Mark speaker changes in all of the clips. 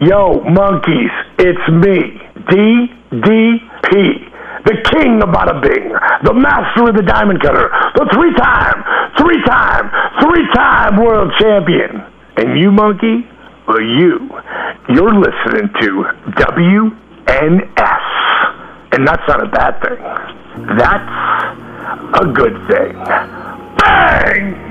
Speaker 1: Yo, monkeys, it's me, DDP, the king of Bada Bing, the master of the diamond cutter, the three time, three time, three time world champion. And you, monkey, well, you, you're listening to WNS. And that's not a bad thing, that's a good thing. Bang!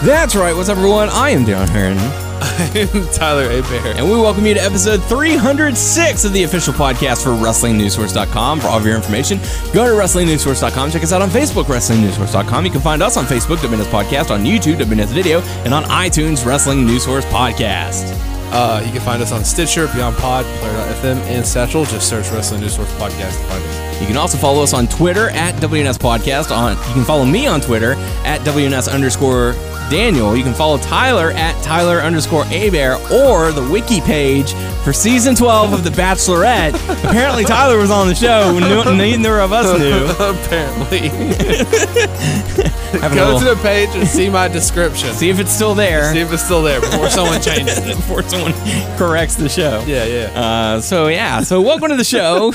Speaker 2: That's right. What's up, everyone? I am Down Heron,
Speaker 3: Tyler A. Bear.
Speaker 2: and we welcome you to episode 306 of the official podcast for WrestlingNewsSource.com. For all of your information, go to WrestlingNewsSource.com. Check us out on Facebook, WrestlingNewsSource.com. You can find us on Facebook, WNS Podcast, on YouTube, WNS Video, and on iTunes, Wrestling News Source Podcast.
Speaker 3: Uh, you can find us on Stitcher, Beyond Pod, Player.fm, and Satchel. Just search Wrestling News Source Podcast to find us.
Speaker 2: You can also follow us on Twitter at WNS Podcast. On You can follow me on Twitter at WNS underscore Daniel. You can follow Tyler at Tyler underscore Abear or the wiki page for season 12 of The Bachelorette. Apparently, Tyler was on the show. No, neither of us knew.
Speaker 3: Apparently.
Speaker 2: Having a
Speaker 3: Go
Speaker 2: little-
Speaker 3: to the page and see my description. See
Speaker 2: see if it's still there
Speaker 3: if it's still there before someone changes it.
Speaker 2: before someone corrects the show.
Speaker 3: Yeah, yeah.
Speaker 2: Uh, so yeah, so welcome to the show.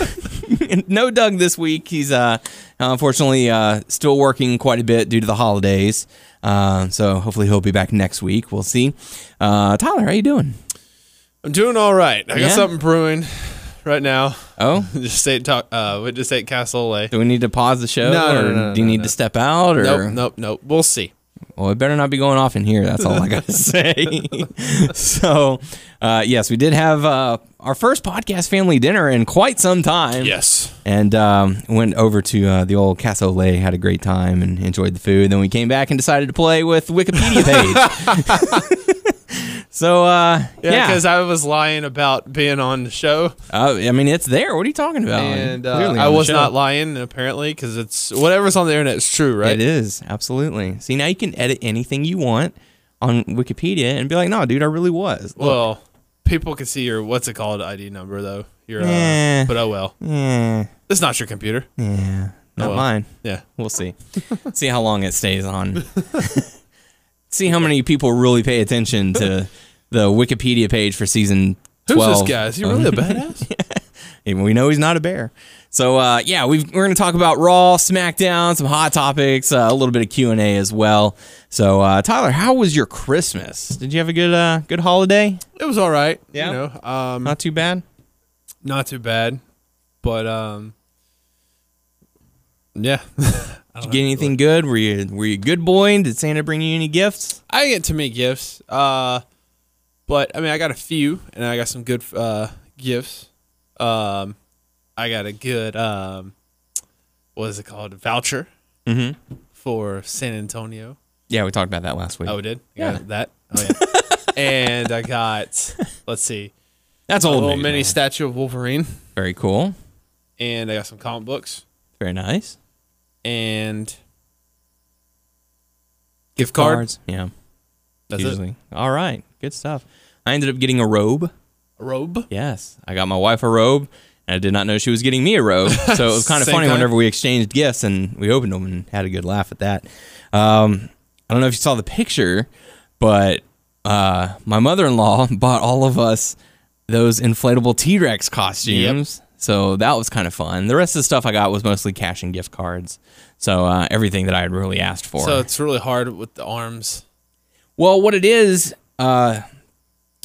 Speaker 2: no Doug this week. He's uh, unfortunately uh, still working quite a bit due to the holidays. Uh, so hopefully he'll be back next week. We'll see. Uh, Tyler, how you doing?
Speaker 3: I'm doing all right. I got
Speaker 2: Yeah?
Speaker 3: something brewing right now.
Speaker 2: Oh,
Speaker 3: Just ate talk. Uh, we just ate Castle Lay.
Speaker 2: do we need to pause the show?
Speaker 3: No, no,
Speaker 2: or
Speaker 3: no, no,
Speaker 2: do you
Speaker 3: no,
Speaker 2: need
Speaker 3: no.
Speaker 2: to step out? Or
Speaker 3: Nope, nope, nope. We'll see.
Speaker 2: Well, it better not be going off in here. That's all I got to say. so, uh, yes, we did have uh, our first podcast family dinner in quite some time.
Speaker 3: Yes.
Speaker 2: and um, went over to uh, the old Casa Ole, had a great time and enjoyed the food. Then we came back and decided to play with Wikipedia page. so uh,
Speaker 3: Yeah,
Speaker 2: yeah,
Speaker 3: because I was lying about being on the show,
Speaker 2: Uh, I mean it's there. What are you talking about?
Speaker 3: and uh,
Speaker 2: Oh, Clearly
Speaker 3: I
Speaker 2: on the
Speaker 3: was
Speaker 2: show.
Speaker 3: not lying apparently, because it's whatever's on the internet is true, right?
Speaker 2: It is absolutely. See now you can edit anything you want on Wikipedia and be like, no, dude, I really was. Look,
Speaker 3: Well, people can see your what's it called ID number though. Your
Speaker 2: Yeah.
Speaker 3: uh, but oh well,
Speaker 2: yeah,
Speaker 3: it's not your computer.
Speaker 2: yeah, not
Speaker 3: Oh, well.
Speaker 2: mine.
Speaker 3: Yeah,
Speaker 2: We'll see. see how long it stays on. see how many people really pay attention to the Wikipedia page for season
Speaker 3: who's
Speaker 2: 12.
Speaker 3: this guy? Is he really a badass?
Speaker 2: And we know he's not a bear. So uh, yeah, we've, we're going to talk about Raw, SmackDown, some hot topics, uh, a little bit of Q and A as well. So uh, Tyler, how was your Christmas? Did you have a good uh, good holiday?
Speaker 3: it was all right.
Speaker 2: Yeah.
Speaker 3: you know, um,
Speaker 2: Not too bad.
Speaker 3: not too bad, but um, yeah.
Speaker 2: Did you get anything good? Were you were you a good boy? Did Santa bring you any gifts?
Speaker 3: I get to make gifts. Uh, but I mean, I got a few, and I got some good uh gifts. Um, I got a good um, what is it called? Voucher
Speaker 2: Mhm.
Speaker 3: for San Antonio.
Speaker 2: Yeah, we talked about that last week.
Speaker 3: Oh, we did? You got That? Oh, yeah. and I got, let's see,
Speaker 2: That's
Speaker 3: a
Speaker 2: old
Speaker 3: little
Speaker 2: news,
Speaker 3: mini
Speaker 2: man.
Speaker 3: statue of Wolverine.
Speaker 2: Very cool.
Speaker 3: And I got some comic books
Speaker 2: Very nice.
Speaker 3: and gift card.
Speaker 2: Yeah.
Speaker 3: That's
Speaker 2: usually. All right. Good stuff. I ended up getting a robe.
Speaker 3: it. A robe.
Speaker 2: Yes. I got my wife a robe. And I did not know she was getting me a robe. So it was kind of
Speaker 3: Same
Speaker 2: funny
Speaker 3: time.
Speaker 2: whenever we exchanged gifts and we opened them and had a good laugh at that. Um, I don't know if you saw the picture, but uh, my mother in law bought all of us those inflatable T Rex costumes. So that was kind of fun. The rest of the stuff I got was mostly cash and gift cards. So uh, everything that I had really asked for.
Speaker 3: So it's really hard with the arms.
Speaker 2: Well, what it is, uh,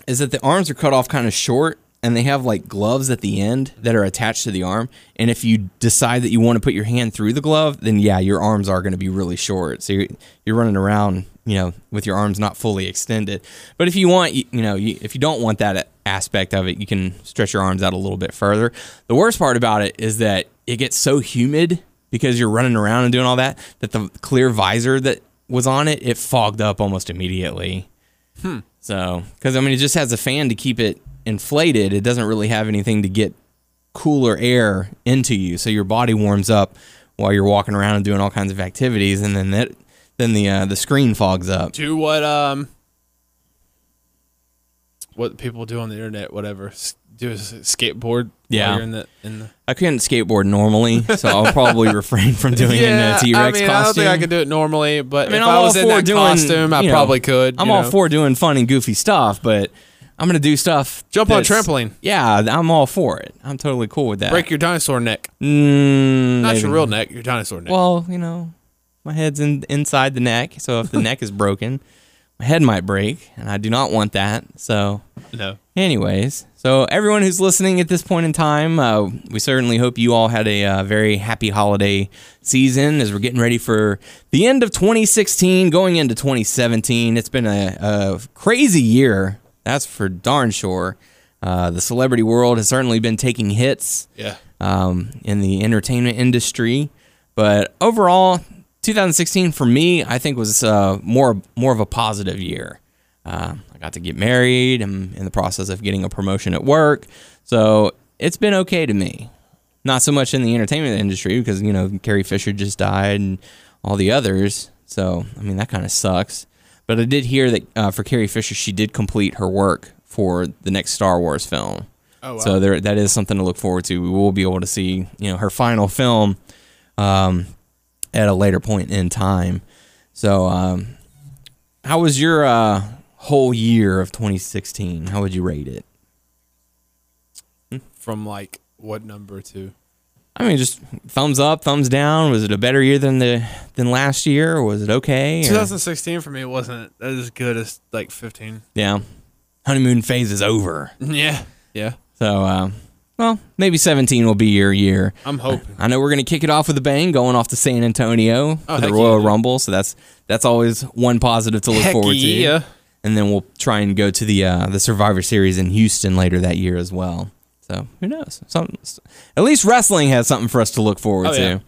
Speaker 2: is that the arms are cut off kind of short, and they have like gloves at the end that are attached to the arm. And if you decide that you want to put your hand through the glove, then yeah, your arms are going to be really short. So you're, you're running around, you know, with your arms not fully extended. But if you want, you, you know, you, if you don't want that aspect of it, you can stretch your arms out a little bit further. The worst part about it is that it gets so humid because you're running around and doing all that that the clear visor that was on it, it fogged up almost immediately. So, because I mean, it just has a fan to keep it inflated, it doesn't really have anything to get cooler air into you. So your body warms up while you're walking around and doing all kinds of activities, and then that then the uh, the screen fogs up.
Speaker 3: do what um what people do on the internet, whatever. S- Do a s- skateboard.
Speaker 2: Yeah.
Speaker 3: While you're in the in the.
Speaker 2: I couldn't skateboard normally, so I'll probably refrain from doing it in a T
Speaker 3: I
Speaker 2: Rex
Speaker 3: mean,
Speaker 2: costume.
Speaker 3: I don't think I could do it normally, but
Speaker 2: I mean,
Speaker 3: if
Speaker 2: I'm
Speaker 3: I
Speaker 2: all
Speaker 3: was in
Speaker 2: for
Speaker 3: that
Speaker 2: doing,
Speaker 3: costume, I
Speaker 2: you know,
Speaker 3: probably could.
Speaker 2: I'm
Speaker 3: you
Speaker 2: all
Speaker 3: know.
Speaker 2: for doing fun and goofy stuff, but I'm gonna do stuff.
Speaker 3: Jump on a
Speaker 2: that's-
Speaker 3: trampoline.
Speaker 2: Yeah, I'm all for it. I'm totally cool with that.
Speaker 3: break your dinosaur neck.
Speaker 2: Mm,
Speaker 3: Not
Speaker 2: maybe
Speaker 3: your real neck, your dinosaur neck.
Speaker 2: Well, you know, my head's in, inside the neck, so if the neck is broken, my head might break, and I do not want that. So,
Speaker 3: no.
Speaker 2: anyways, so everyone who's listening at this point in time, uh, we certainly hope you all had a uh, very happy holiday season as we're getting ready for the end of 2016, going into 2017. It's been a, a crazy year, that's for darn sure. Uh, the celebrity world has certainly been taking hits
Speaker 3: Yeah.
Speaker 2: um, in the entertainment industry. But overall, 2016 for me, I think was uh, more more of a positive year. Uh, I got to get married. I'm in the process of getting a promotion at work, so it's been okay to me. Not so much in the entertainment industry because you know Carrie Fisher just died and all the others. So I mean that kind of sucks. But I did hear that uh, for Carrie Fisher, she did complete her work for the next Star Wars film.
Speaker 3: Oh, wow.
Speaker 2: So there, that is something to look forward to. We will be able to see, you know, her final film um, at a later point in time. So, um, how was your uh, whole year of 2016? How would you rate it?
Speaker 3: From like what number to?
Speaker 2: I mean, just thumbs up, thumbs down. Was it a better year than the than last year? Or was it okay? or-
Speaker 3: 2016 for me wasn't as good as like 15.
Speaker 2: yeah, honeymoon phase is over.
Speaker 3: Yeah. Yeah.
Speaker 2: So, uh, well, maybe 17 will be your year.
Speaker 3: I'm hoping. Oh,
Speaker 2: I know we're gonna kick it off with a bang, going off to San Antonio for the
Speaker 3: heck
Speaker 2: Royal
Speaker 3: yeah.
Speaker 2: Rumble. So that's that's always one positive to look
Speaker 3: Heck
Speaker 2: forward
Speaker 3: yeah.
Speaker 2: to. And then we'll try and go to the uh, the Survivor Series in Houston later that year as well. So who knows? Some, at least wrestling has something for us to look forward
Speaker 3: Oh,
Speaker 2: to.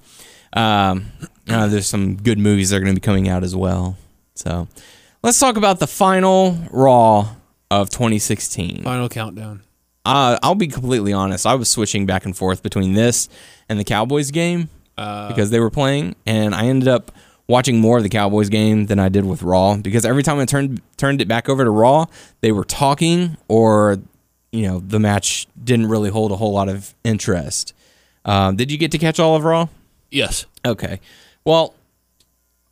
Speaker 2: Um, uh, there's some good movies that are going to be coming out as well. So let's talk about the final Raw of 2016.
Speaker 3: Final countdown.
Speaker 2: Uh, I'll be completely honest. I was switching back and forth between this and the Cowboys game because they were playing, and I ended up watching more of the Cowboys game than I did with Raw because every time I turned turned it back over to Raw, they were talking or you know the match didn't really hold a whole lot of interest. Um, did you get to catch all of Raw?
Speaker 3: Yes.
Speaker 2: Okay. Well,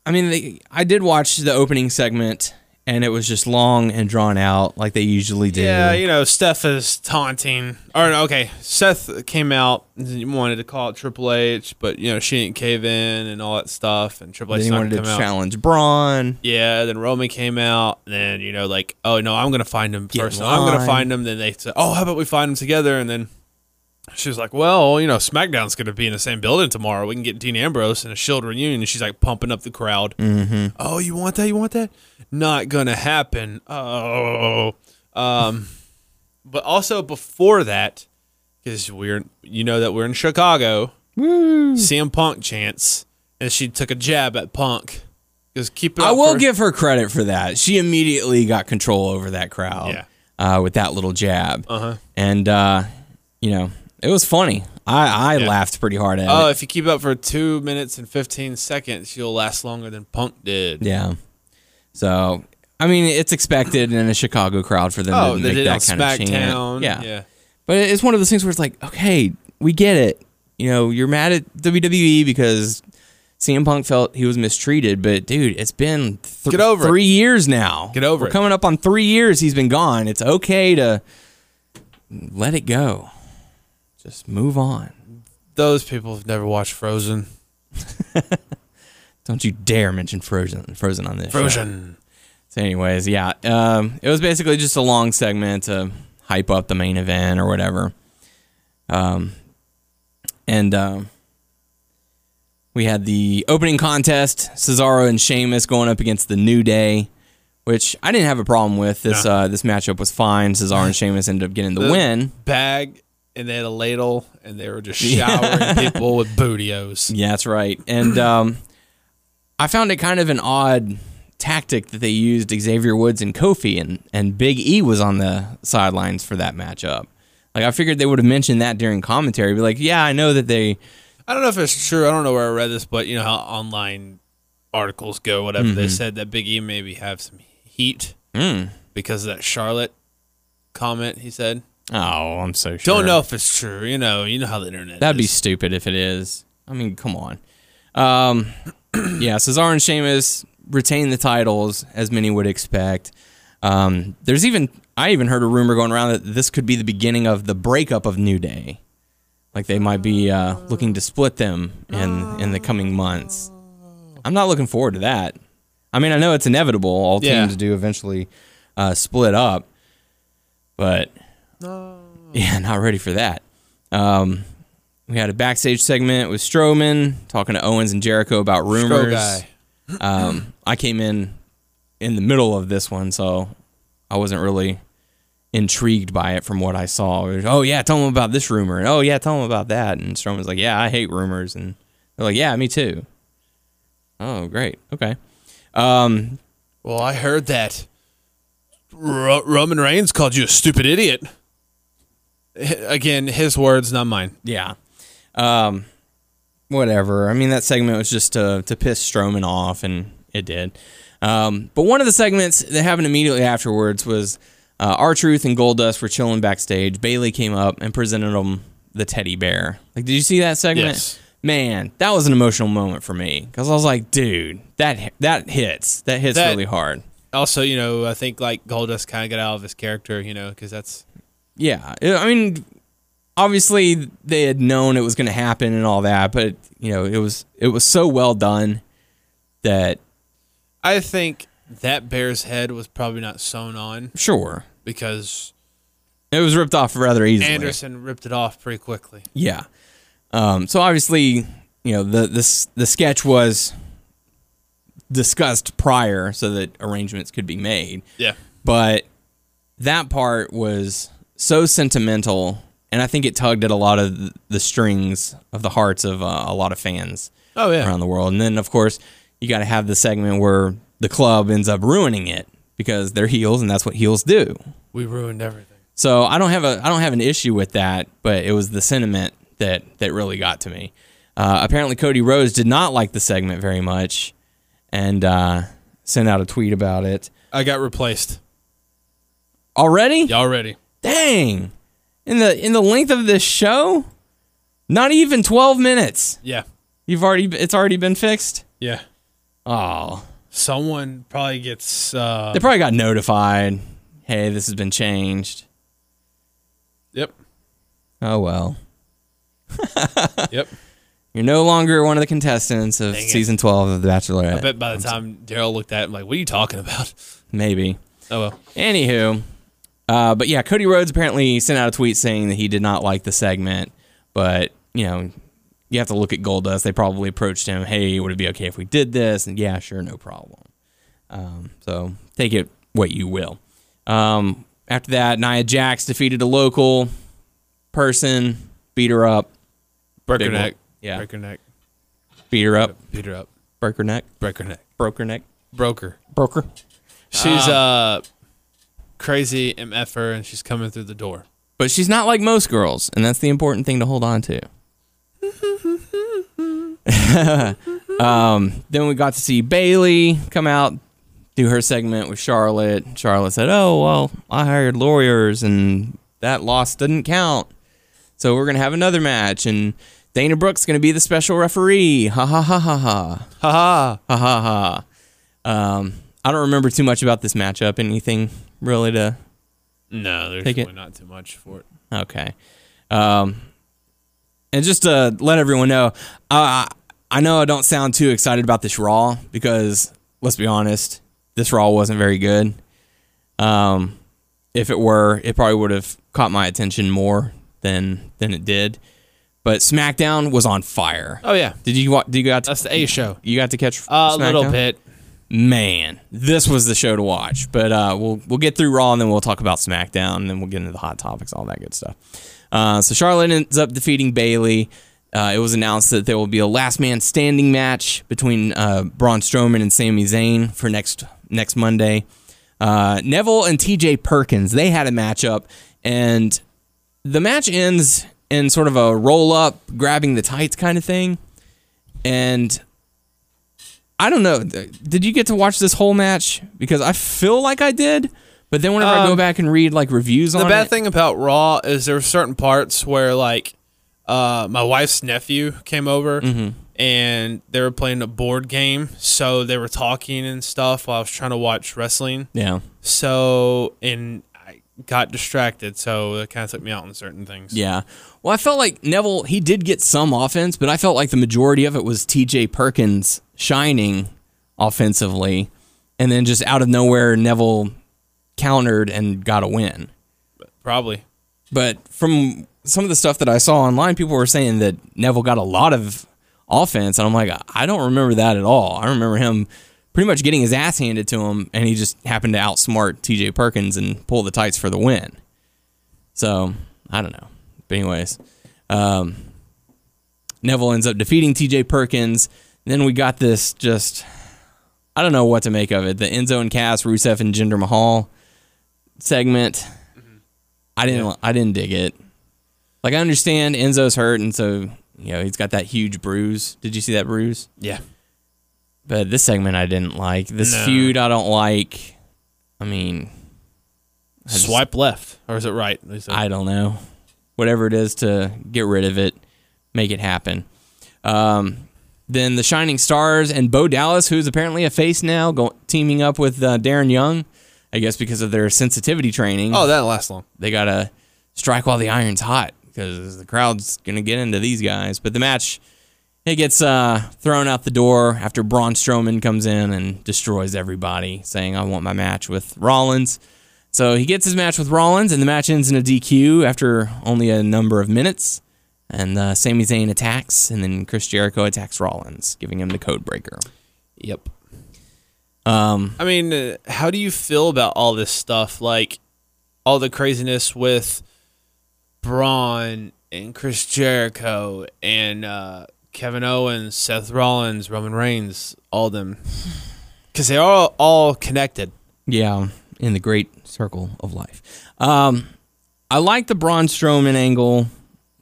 Speaker 2: I mean, they, I did watch the opening segment, and it was just long and drawn out, like they usually do.
Speaker 3: Yeah, you know, Steph is taunting. Or no, okay, Seth came out and wanted to call it Triple H, but you know she didn't cave in and all that stuff. And Triple H
Speaker 2: Then he
Speaker 3: not
Speaker 2: wanted to
Speaker 3: come out.
Speaker 2: challenge Braun.
Speaker 3: Yeah, then Roman came out, and then you know, like, oh no, I'm gonna find him
Speaker 2: in
Speaker 3: personally. I'm gonna
Speaker 2: line.
Speaker 3: find him. Then they said, oh, how about we find him together? And then she was like, well, you know, SmackDown's gonna be in the same building tomorrow. We can get Dean Ambrose and a Shield reunion. And she's like pumping up the crowd. Mm-hmm. Oh, you want that? You want that? Not gonna happen. Oh, um, but also before that, because we're you know that we're in Chicago. CM Punk chants, and she took a jab at Punk. Because keep it.
Speaker 2: I
Speaker 3: up
Speaker 2: will
Speaker 3: for-
Speaker 2: give her credit for that. She immediately got control over that crowd
Speaker 3: Yeah.
Speaker 2: uh, with that little jab. Uh-huh. And, uh, you know, it was funny. I, I laughed pretty hard at
Speaker 3: Oh,
Speaker 2: it.
Speaker 3: if you keep up for two minutes and fifteen seconds, you'll last longer than Punk did.
Speaker 2: Yeah. So, I mean, it's expected in a Chicago crowd for them
Speaker 3: Oh,
Speaker 2: to
Speaker 3: they
Speaker 2: make
Speaker 3: did it on
Speaker 2: that kind of
Speaker 3: SmackDown.
Speaker 2: chant. But it's one of those things where it's like, okay, we get it. You know, you're mad at WWE because CM Punk felt he was mistreated, but dude, it's been th-
Speaker 3: Get over it.
Speaker 2: three years now.
Speaker 3: Get over
Speaker 2: We're
Speaker 3: it.
Speaker 2: coming up on three years he's been gone. It's okay to let it go. Just move on.
Speaker 3: Those people have never watched Frozen.
Speaker 2: Don't you dare mention Frozen Frozen on this. show.
Speaker 3: Frozen.
Speaker 2: So, anyways, yeah, um, it was basically just a long segment to hype up the main event or whatever. Um, and um, we had the opening contest: Cesaro and Sheamus going up against the New Day, which I didn't have a problem with. This uh, this matchup was fine. Cesaro and Sheamus ended up getting the win.
Speaker 3: Bag, and they had a ladle, and they were just showering people with bootios.
Speaker 2: Yeah, that's right. And um, I found it kind of an odd tactic that they used Xavier Woods and Kofi, and, and Big E was on the sidelines for that matchup. Like, I figured they would have mentioned that during commentary. Be like, yeah, I know that they.
Speaker 3: I don't know if it's true. I don't know where I read this, but you know how online articles go, whatever. They said that Big E maybe have some heat
Speaker 2: Mm.
Speaker 3: because of that Charlotte comment he said.
Speaker 2: Oh, I'm so sure.
Speaker 3: Don't know if it's true. You know, you know how the internet
Speaker 2: That'd be
Speaker 3: is.
Speaker 2: stupid if it is. I mean, come on. Um, yeah, Cesaro and Sheamus retain the titles as many would expect. Um, there's even I even heard a rumor going around that this could be the beginning of the breakup of New Day. Like they might be uh, looking to split them in in the coming months. I'm not looking forward to that. I mean, I know it's inevitable. All
Speaker 3: Yeah.
Speaker 2: teams do eventually uh, split up, but yeah, not ready for that. Um, we had a backstage segment with Strowman talking to Owens and Jericho about rumors.
Speaker 3: Stro guy.
Speaker 2: Um, I came in in the middle of this one, so I wasn't really intrigued by it from what I saw. It was, oh yeah, tell them about this rumor, and oh yeah, tell them about that. And Strowman's like, yeah, I hate rumors, and they're like, yeah, me too. Oh great, okay. Um,
Speaker 3: Well, I heard that Ro- Roman Reigns called you a stupid idiot. H- Again, his words, not mine.
Speaker 2: yeah. Um, whatever. I mean, that segment was just to to piss Strowman off, and it did. Um, but one of the segments that happened immediately afterwards was our truth and Goldust were chilling backstage. Bailey came up and presented them the teddy bear. Like, did you see that segment?
Speaker 3: Yes.
Speaker 2: Man, that was an emotional moment for me because I was like, dude, that hi- that hits. That hits
Speaker 3: That-
Speaker 2: really hard.
Speaker 3: Also, you know, I think like Goldust kind of got out of his character, you know, because that's
Speaker 2: Yeah, I I mean, obviously they had known it was going to happen and all that, but you know, it was it was so well done that
Speaker 3: I think that bear's head was probably not sewn on
Speaker 2: sure
Speaker 3: because
Speaker 2: it was ripped off rather easily.
Speaker 3: Anderson ripped it off pretty quickly.
Speaker 2: Yeah. Um, so obviously, you know, the this the sketch was discussed prior so that arrangements could be made.
Speaker 3: Yeah.
Speaker 2: but that part was so sentimental and i think it tugged at a lot of th- the strings of the hearts of uh, a lot of fans
Speaker 3: Oh yeah.
Speaker 2: around the world and then of course you got to have the segment where the club ends up ruining it because they're heels and that's what heels do
Speaker 3: We ruined everything.
Speaker 2: so i don't have a i don't have an issue with that but it was the sentiment that that really got to me uh, apparently cody rose did not like the segment very much and uh, sent out a tweet about it
Speaker 3: I got replaced.
Speaker 2: already
Speaker 3: Y'all ready?
Speaker 2: dang in the in the length of this show not even 12 minutes
Speaker 3: Yeah.
Speaker 2: you've already it's already been fixed
Speaker 3: Yeah.
Speaker 2: oh
Speaker 3: Someone probably gets uh
Speaker 2: they probably got notified hey this has been changed
Speaker 3: Yep.
Speaker 2: oh well
Speaker 3: Yep.
Speaker 2: you're no longer one of the contestants of
Speaker 3: Dang it.
Speaker 2: season 12 of the bachelorette
Speaker 3: I bet by the time Daryl looked at it, I'm like, what are you talking about?
Speaker 2: maybe
Speaker 3: Oh well.
Speaker 2: Anywho, uh, but yeah, Cody Rhodes apparently sent out a tweet saying that he did not like the segment, but you know, you have to look at Goldust. They probably approached him, "Hey, would it be okay if we did this?" And yeah, sure, no problem. Um, so take it what you will. Um, after that, Nia Jax defeated a local person, beat her up,
Speaker 3: Break her
Speaker 2: Big one.
Speaker 3: neck.
Speaker 2: Yeah.
Speaker 3: Break her neck.
Speaker 2: beat her up,
Speaker 3: Beat her up.
Speaker 2: broke her neck,
Speaker 3: Break her neck.
Speaker 2: broke her neck,
Speaker 3: Broke her.
Speaker 2: broke her.
Speaker 3: She's uh crazy MFer and she's coming through the door.
Speaker 2: But she's not like most girls, and that's the important thing to hold on to. um, then we got to see Bailey come out, do her segment with Charlotte. Charlotte said, "Oh well, I hired lawyers, and that loss didn't count, so we're gonna have another match." And Dana Brooks gonna be the special referee. Ha ha ha ha ha
Speaker 3: Haha.
Speaker 2: ha ha ha. Um, I don't remember too much about this matchup. Anything really to
Speaker 3: No, there's
Speaker 2: Take it.
Speaker 3: really not too much for it.
Speaker 2: Okay. Um, and just to let everyone know, I I know I don't sound too excited about this Raw because let's be honest, this Raw wasn't very good. Um, if it were, it probably would have caught my attention more than than it did. But SmackDown was on fire.
Speaker 3: Oh yeah.
Speaker 2: Did you wa- did you got to,
Speaker 3: That's the A show. Uh,
Speaker 2: you got to catch
Speaker 3: A little
Speaker 2: SmackDown?
Speaker 3: bit.
Speaker 2: Man, this was the show to watch. But uh, we'll we'll get through Raw and then we'll talk about SmackDown and then we'll get into the hot topics, all that good stuff. Uh, so Charlotte ends up defeating Bailey. Uh, it was announced that there will be a last man standing match between uh, Braun Strowman and Sami Zayn for next next Monday. Uh, Neville and T.J. Perkins they had a matchup, and the match ends in sort of a roll up, grabbing the tights kind of thing. And I don't know. th- Did you get to watch this whole match? Because I feel like I did, but then whenever I go back and read like reviews on
Speaker 3: Um, the bad
Speaker 2: it,
Speaker 3: thing about Raw is there were certain parts where like uh, my wife's nephew came over
Speaker 2: Mm-hmm.
Speaker 3: and they were playing a board game, so they were talking and stuff while I was trying to watch wrestling.
Speaker 2: yeah,
Speaker 3: So and I got distracted, so it kind of took me out on certain things.
Speaker 2: yeah. Well, I felt like Neville he did get some offense, but I felt like the majority of it was T.J. Perkins shining offensively, and then just out of nowhere Neville countered and got a win.
Speaker 3: probably.
Speaker 2: But from some of the stuff that I saw online, people were saying that Neville got a lot of offense, and I'm like, I don't remember that at all. I remember him pretty much getting his ass handed to him, and he just happened to outsmart T.J. Perkins and pull the tights for the win. So I don't know. But anyways, um, Neville ends up defeating T.J. Perkins. Then we got this just. I don't know what to make of it. The end zone cast, Rusev and Jinder Mahal segment. I didn't. I didn't dig it. Like I understand Enzo's hurt, and so you know he's got that huge bruise. Did you see that bruise?
Speaker 3: Yeah.
Speaker 2: But this segment I didn't like. This
Speaker 3: No.
Speaker 2: feud I don't like. I mean, just-
Speaker 3: Swipe left, or is it right? Is it-
Speaker 2: I don't know. Whatever it is to get rid of it, make it happen. Um, then the Shining Stars and Bo Dallas, who's apparently a face now, go, teaming up with uh, Darren Young, I guess because of their sensitivity training.
Speaker 3: oh, that didn't last long.
Speaker 2: they gotta strike while the iron's hot because the crowd's gonna get into these guys. But the match, it gets uh, thrown out the door after Braun Strowman comes in and destroys everybody, saying, "I want my match with Rollins." So he gets his match with Rollins, and the match ends in a DQ after only a number of minutes. And uh, Sami Zayn attacks, and then Chris Jericho attacks Rollins, giving him the code breaker.
Speaker 3: Yep.
Speaker 2: Um,
Speaker 3: I mean, uh, how do you feel about all this stuff? Like all the craziness with Braun and Chris Jericho and uh, Kevin Owens, Seth Rollins, Roman Reigns, all them, because they are all connected.
Speaker 2: Yeah, in the great circle of life. Um, I like the Braun Strowman angle,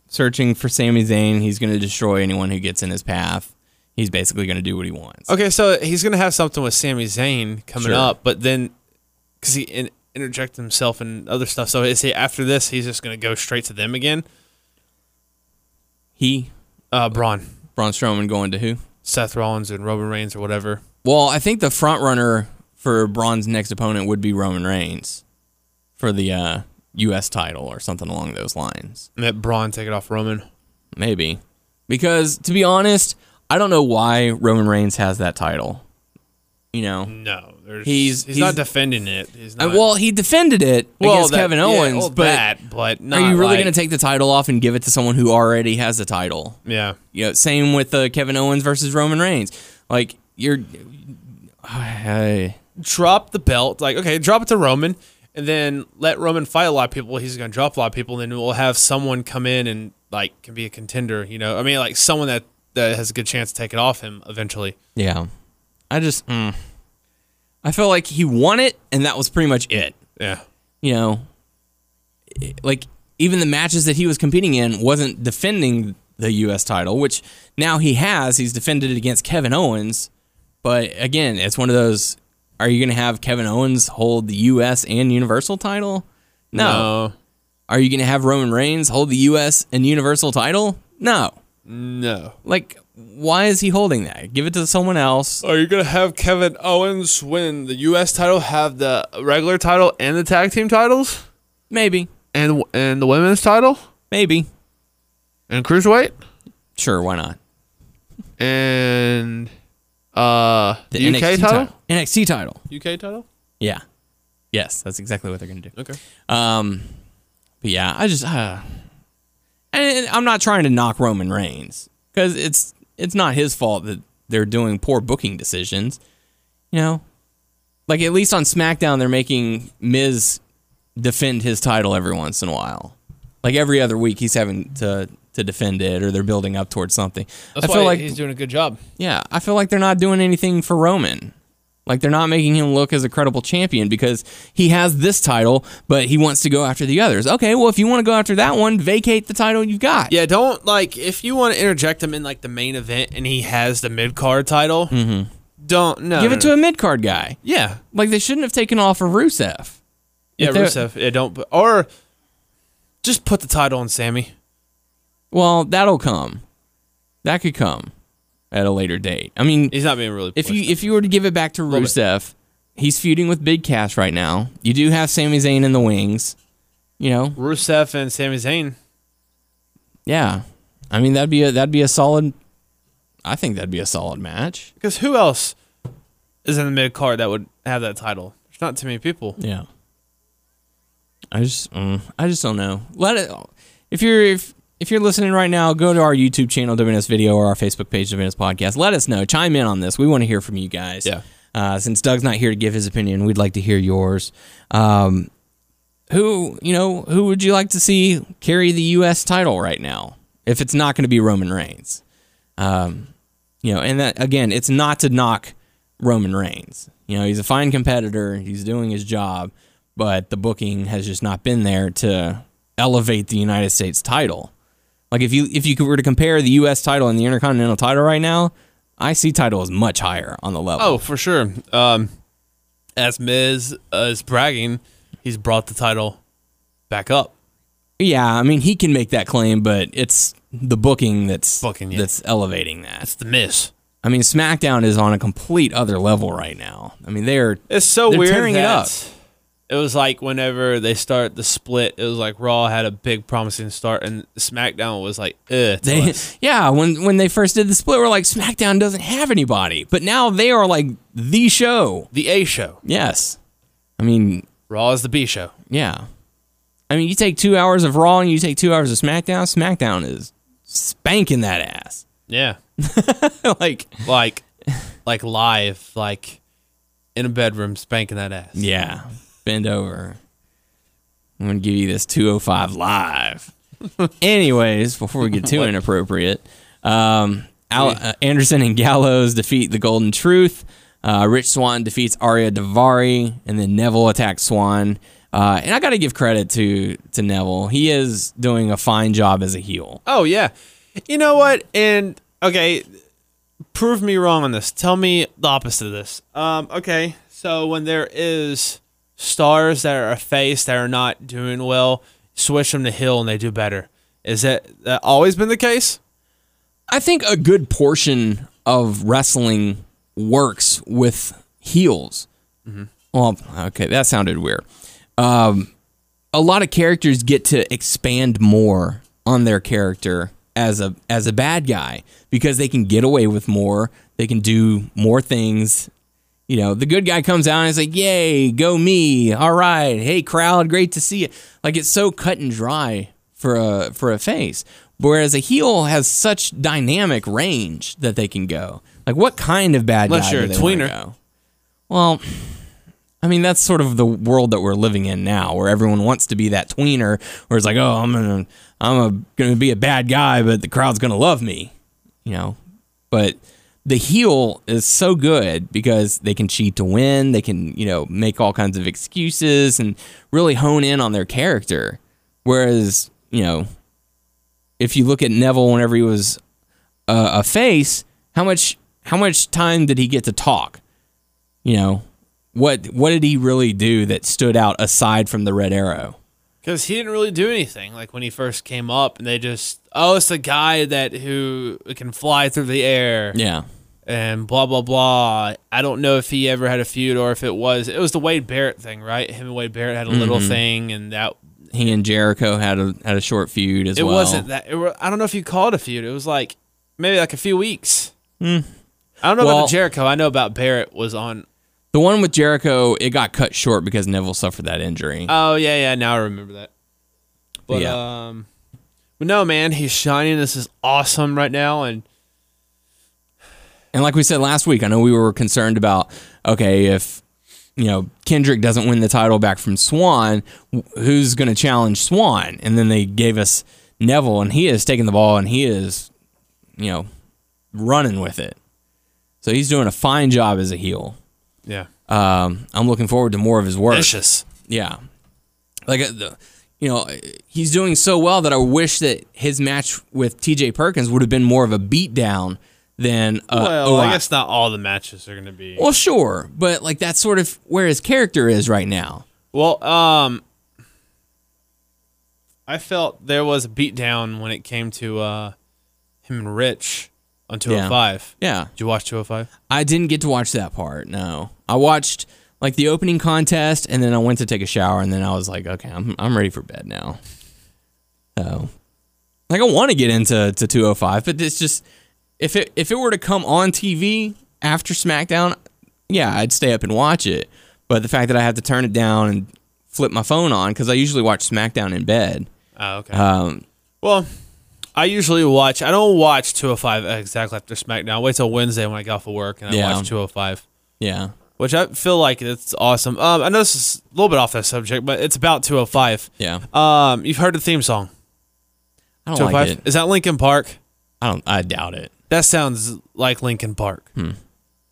Speaker 2: searching for Sami Zayn. He's going to destroy anyone who gets in his path. He's basically going to do what he wants.
Speaker 3: Okay, so he's gonna have something with Sami Zayn coming
Speaker 2: Sure.
Speaker 3: up, but then because he in, interjected himself and other stuff, so is he after this? He's just gonna go straight to them again.
Speaker 2: He,
Speaker 3: Uh, Braun,
Speaker 2: Braun Strowman, going to who?
Speaker 3: Seth Rollins, and Roman Reigns, or whatever.
Speaker 2: Well, I think the front runner for Braun's next opponent would be Roman Reigns for the uh, U.S. title or something along those lines.
Speaker 3: And that Braun take it off Roman.
Speaker 2: Maybe. Because, to be honest, I don't know why Roman Reigns has that title. You know?
Speaker 3: No, there's,
Speaker 2: He's-
Speaker 3: he's,
Speaker 2: he's-
Speaker 3: not defending it. He's
Speaker 2: Uh,
Speaker 3: not.
Speaker 2: well, he defended it against
Speaker 3: that-
Speaker 2: Kevin
Speaker 3: yeah,
Speaker 2: Owens,
Speaker 3: well,
Speaker 2: but
Speaker 3: that, but
Speaker 2: are
Speaker 3: not
Speaker 2: you really
Speaker 3: like-
Speaker 2: going to take the title off and give it to someone who already has the title?
Speaker 3: Yeah,
Speaker 2: You know, same with uh, Kevin Owens versus Roman Reigns. Like you're,
Speaker 3: drop the belt. Like, okay, drop it to Roman, and then let Roman fight a lot of people. He's going to drop a lot of people, and then we'll have someone come in and like can be a contender. You know, I mean, like someone that that has a good chance to take it off him eventually.
Speaker 2: yeah. I just, mm. I felt like he won it, and that was pretty much it.
Speaker 3: Yeah,
Speaker 2: you know, it- like even the matches that he was competing in wasn't defending the U.S. title, which now he has. He's defended it against Kevin Owens, but again, it's one of those: Are you going to have Kevin Owens hold the U.S. and Universal title? No. Are you going to have Roman Reigns hold the U.S. and Universal title? No.
Speaker 3: no.
Speaker 2: Like, why is he holding that? Give it to someone else.
Speaker 3: Are you going to have Kevin Owens win the U.S. title, have the regular title and the tag team titles,
Speaker 2: Maybe,
Speaker 3: and and the women's title
Speaker 2: maybe.
Speaker 3: and cruiserweight?
Speaker 2: Sure, why not?
Speaker 3: and uh
Speaker 2: The
Speaker 3: UK title?
Speaker 2: NXT title.
Speaker 3: UK title?
Speaker 2: Yeah. Yes, that's exactly what they're going to do.
Speaker 3: Okay.
Speaker 2: Um, but yeah, I just uh, and I'm not trying to knock Roman Reigns because it's it's not his fault that they're doing poor booking decisions. You know, like at least on SmackDown they're making Miz defend his title every once in a while. Like every other week he's having to to defend it or they're building up towards something.
Speaker 3: That's
Speaker 2: I
Speaker 3: why
Speaker 2: feel like
Speaker 3: he's doing a good job.
Speaker 2: yeah, I feel like they're not doing anything for Roman. Like they're not making him look as a credible champion because he has this title, but he wants to go after the others. Okay, well if you want to go after that one, vacate the title you've got.
Speaker 3: Yeah, don't like if you want to interject him in like the main event and he has the mid card title. Don't no.
Speaker 2: Mm-hmm. Give
Speaker 3: no,
Speaker 2: it to
Speaker 3: no.
Speaker 2: a mid card guy.
Speaker 3: Yeah,
Speaker 2: Like they shouldn't have taken off of Rusev.
Speaker 3: yeah,
Speaker 2: they're-
Speaker 3: Rusev. Yeah, don't or just put the title on Sammy.
Speaker 2: Well, that'll come. That could come at a later date. I mean,
Speaker 3: He's not being really.
Speaker 2: if you
Speaker 3: pushed.
Speaker 2: if you were to give it back to Rusev, he's feuding with Big Cass right now. You do have Sami Zayn in the wings. You know,
Speaker 3: Rusev and Sami Zayn,
Speaker 2: yeah. I mean that'd be a that'd be a solid. I think that'd be a solid match.
Speaker 3: because who else is in the mid card that would have that title? There's not too many people.
Speaker 2: Yeah. I just mm, I just don't know. Let it. If you're if if you're listening right now, go to our YouTube channel WNS Video or our Facebook page WNS Podcast. Let us know. Chime in on this. We want to hear from you guys.
Speaker 3: Yeah.
Speaker 2: Uh, since Doug's not here to give his opinion, we'd like to hear yours. Um, who you know who would you like to see carry the U.S. title right now? If it's not going to be Roman Reigns, um, you know, and that again, it's not to knock Roman Reigns. You know, he's a fine competitor. He's doing his job, but the booking has just not been there to elevate the United States title. Like if you if you were to compare the U.S. title and the Intercontinental title right now, IC title is much higher on the level.
Speaker 3: Oh, for sure. Um, as Miz uh, is bragging, he's brought the title back up.
Speaker 2: Yeah, I mean he can make that claim, but it's the booking that's
Speaker 3: Booking, yeah.
Speaker 2: that's elevating that.
Speaker 3: It's the Miz.
Speaker 2: I mean SmackDown is on a complete other level right now. I mean they're
Speaker 3: It's so
Speaker 2: They're
Speaker 3: weird.
Speaker 2: tearing it
Speaker 3: that
Speaker 2: up.
Speaker 3: It was like whenever they start the split, it was like Raw had a big promising start, and SmackDown was like, ugh. to
Speaker 2: they,
Speaker 3: us.
Speaker 2: yeah when when they first did the split, we're like SmackDown doesn't have anybody, but now they are like the show.
Speaker 3: the A show.
Speaker 2: Yes, I mean
Speaker 3: Raw is the B show.
Speaker 2: yeah, I mean you take two hours of Raw and you take two hours of SmackDown. SmackDown is spanking that ass.
Speaker 3: Yeah.
Speaker 2: like
Speaker 3: Like, like live, like in a bedroom, spanking that ass.
Speaker 2: Yeah. Bend over. I'm going to give you this 205 live. Anyways, before we get too inappropriate, um, Al- uh, Anderson and Gallows defeat the Golden Truth. Uh, Rich Swan defeats Arya Davari, and then Neville attacks Swan. Uh, and I got to give credit to to Neville. He is doing a fine job as a heel.
Speaker 3: Oh yeah. You know what? And okay, prove me wrong on this. Tell me the opposite of this. Um, okay. So when there is stars that are a face that are not doing well, switch them to hill and they do better. Is that, that always been the case?
Speaker 2: I think a good portion of wrestling works with heels. Well, okay, that sounded weird. Um, a lot of characters get to expand more on their character as a as a bad guy because they can get away with more. They can do more things. You know, the good guy comes out and is like, "Yay, go me! All right, hey crowd, great to see you." Like it's so cut and dry for a for a face, whereas a heel has such dynamic range that they can go. Like, what kind of bad
Speaker 3: Unless
Speaker 2: guy
Speaker 3: you're
Speaker 2: do
Speaker 3: a
Speaker 2: they wanna
Speaker 3: tweener.
Speaker 2: go? Well, I mean, that's sort of the world that we're living in now, where everyone wants to be that tweener, where it's like, oh, I'm gonna, I'm a, gonna be a bad guy, but the crowd's gonna love me, you know. But the heel is so good because they can cheat to win, they can, you know, make all kinds of excuses and really hone in on their character. Whereas, you know, if you look at Neville whenever he was uh, a face, how much how much time did he get to talk? You know, what what did he really do that stood out aside from the red arrow?
Speaker 3: Because he didn't really do anything. Like when he first came up, and they just, oh, it's the guy that who can fly through the air.
Speaker 2: Yeah.
Speaker 3: and blah blah blah. I don't know if he ever had a feud or if it was it was the Wade Barrett thing, right? Him and Wade Barrett had a little
Speaker 2: Mm-hmm.
Speaker 3: thing, and that
Speaker 2: He and Jericho had a had a short feud as
Speaker 3: it
Speaker 2: well.
Speaker 3: wasn't that. It were, I don't know if you call it a feud. It was like maybe like a few weeks. I don't know
Speaker 2: Hmm. Well-
Speaker 3: about the Jericho. I know about Barrett was on.
Speaker 2: the one with Jericho, it got cut short because Neville suffered that injury.
Speaker 3: Oh yeah, yeah. Now I remember that. But
Speaker 2: Yeah.
Speaker 3: um, but no man, he's shining. This is awesome right now, and
Speaker 2: And like we said last week, I know we were concerned about okay, if you know Kendrick doesn't win the title back from Swan, wh- who's going to challenge Swan? And then they gave us Neville, and he is taking the ball and he is, you know, running with it. So he's doing a fine job as a heel.
Speaker 3: Yeah.
Speaker 2: Um, I'm looking forward to more of his work.
Speaker 4: Vicious.
Speaker 2: Yeah. Like, uh, the, you know, uh, he's doing so well that I wish that his match with TJ Perkins would have been more of a beatdown than a,
Speaker 3: Well,
Speaker 2: oh,
Speaker 3: I guess not all the matches are going to be.
Speaker 2: Well, sure, but like that's sort of where his character is right now.
Speaker 3: Well, um, I felt there was a beatdown when it came to uh, him and Rich on 205.
Speaker 2: Yeah.
Speaker 3: Did you watch 205?
Speaker 2: I didn't get to watch that part. No. I watched like the opening contest and then I went to take a shower and then I was like, okay, I'm I'm ready for bed now. So like I want to get into to 205, but it's just if it if it were to come on TV after SmackDown, yeah, I'd stay up and watch it. But the fact that I had to turn it down and flip my phone on cuz I usually watch SmackDown in bed.
Speaker 3: Oh, okay.
Speaker 2: Um
Speaker 3: well, I usually watch. I don't watch 205 exactly after SmackDown. I wait till Wednesday when I get off of work and I
Speaker 2: Yeah.
Speaker 3: watch 205.
Speaker 2: yeah.
Speaker 3: Which I feel like it's awesome. Um, I know this is a little bit off that subject, but it's about 205.
Speaker 2: Yeah.
Speaker 3: Um, you've heard the theme song.
Speaker 2: I don't
Speaker 3: 205
Speaker 2: like it.
Speaker 3: Is that Lincoln Park?
Speaker 2: I don't. I doubt it.
Speaker 3: That sounds like Lincoln Park.
Speaker 2: Hmm.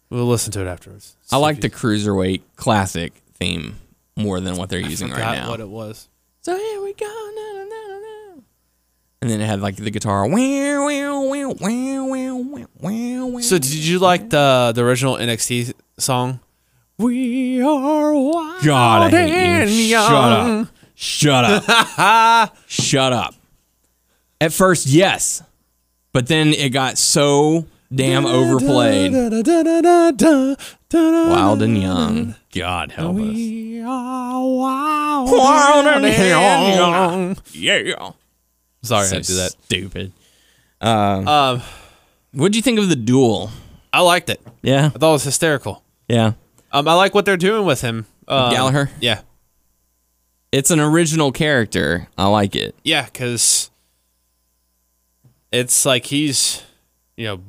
Speaker 3: We'll listen to it afterwards.
Speaker 2: I like the cruiserweight classic theme more than what they're using right
Speaker 3: Forgot
Speaker 2: now.
Speaker 3: what it was.
Speaker 2: so here we go. na, na, na, na, na. And then it had like the guitar. Wow, wow, wow, wow, wow, wow, wow, wow.
Speaker 3: So did you like the the original NXT song? We are wild
Speaker 2: God, I hate
Speaker 3: and
Speaker 2: you.
Speaker 3: young.
Speaker 2: Shut up. Shut up. Shut up. At first, yes, but then it got so damn overplayed. Wild and young. God help us.
Speaker 3: We are wild,
Speaker 2: Wild and Oh.
Speaker 3: young.
Speaker 2: Yeah.
Speaker 3: Sorry,
Speaker 2: So
Speaker 3: I do that.
Speaker 2: stupid.
Speaker 3: Um,
Speaker 2: Uh, What'd you think of the duel?
Speaker 3: I liked it.
Speaker 2: Yeah.
Speaker 3: I thought it was hysterical.
Speaker 2: Yeah.
Speaker 3: Um, I like what they're doing with him. Um,
Speaker 2: Gallagher?
Speaker 3: Yeah,
Speaker 2: It's an original character. I like it.
Speaker 3: yeah, because it's like he's, you know,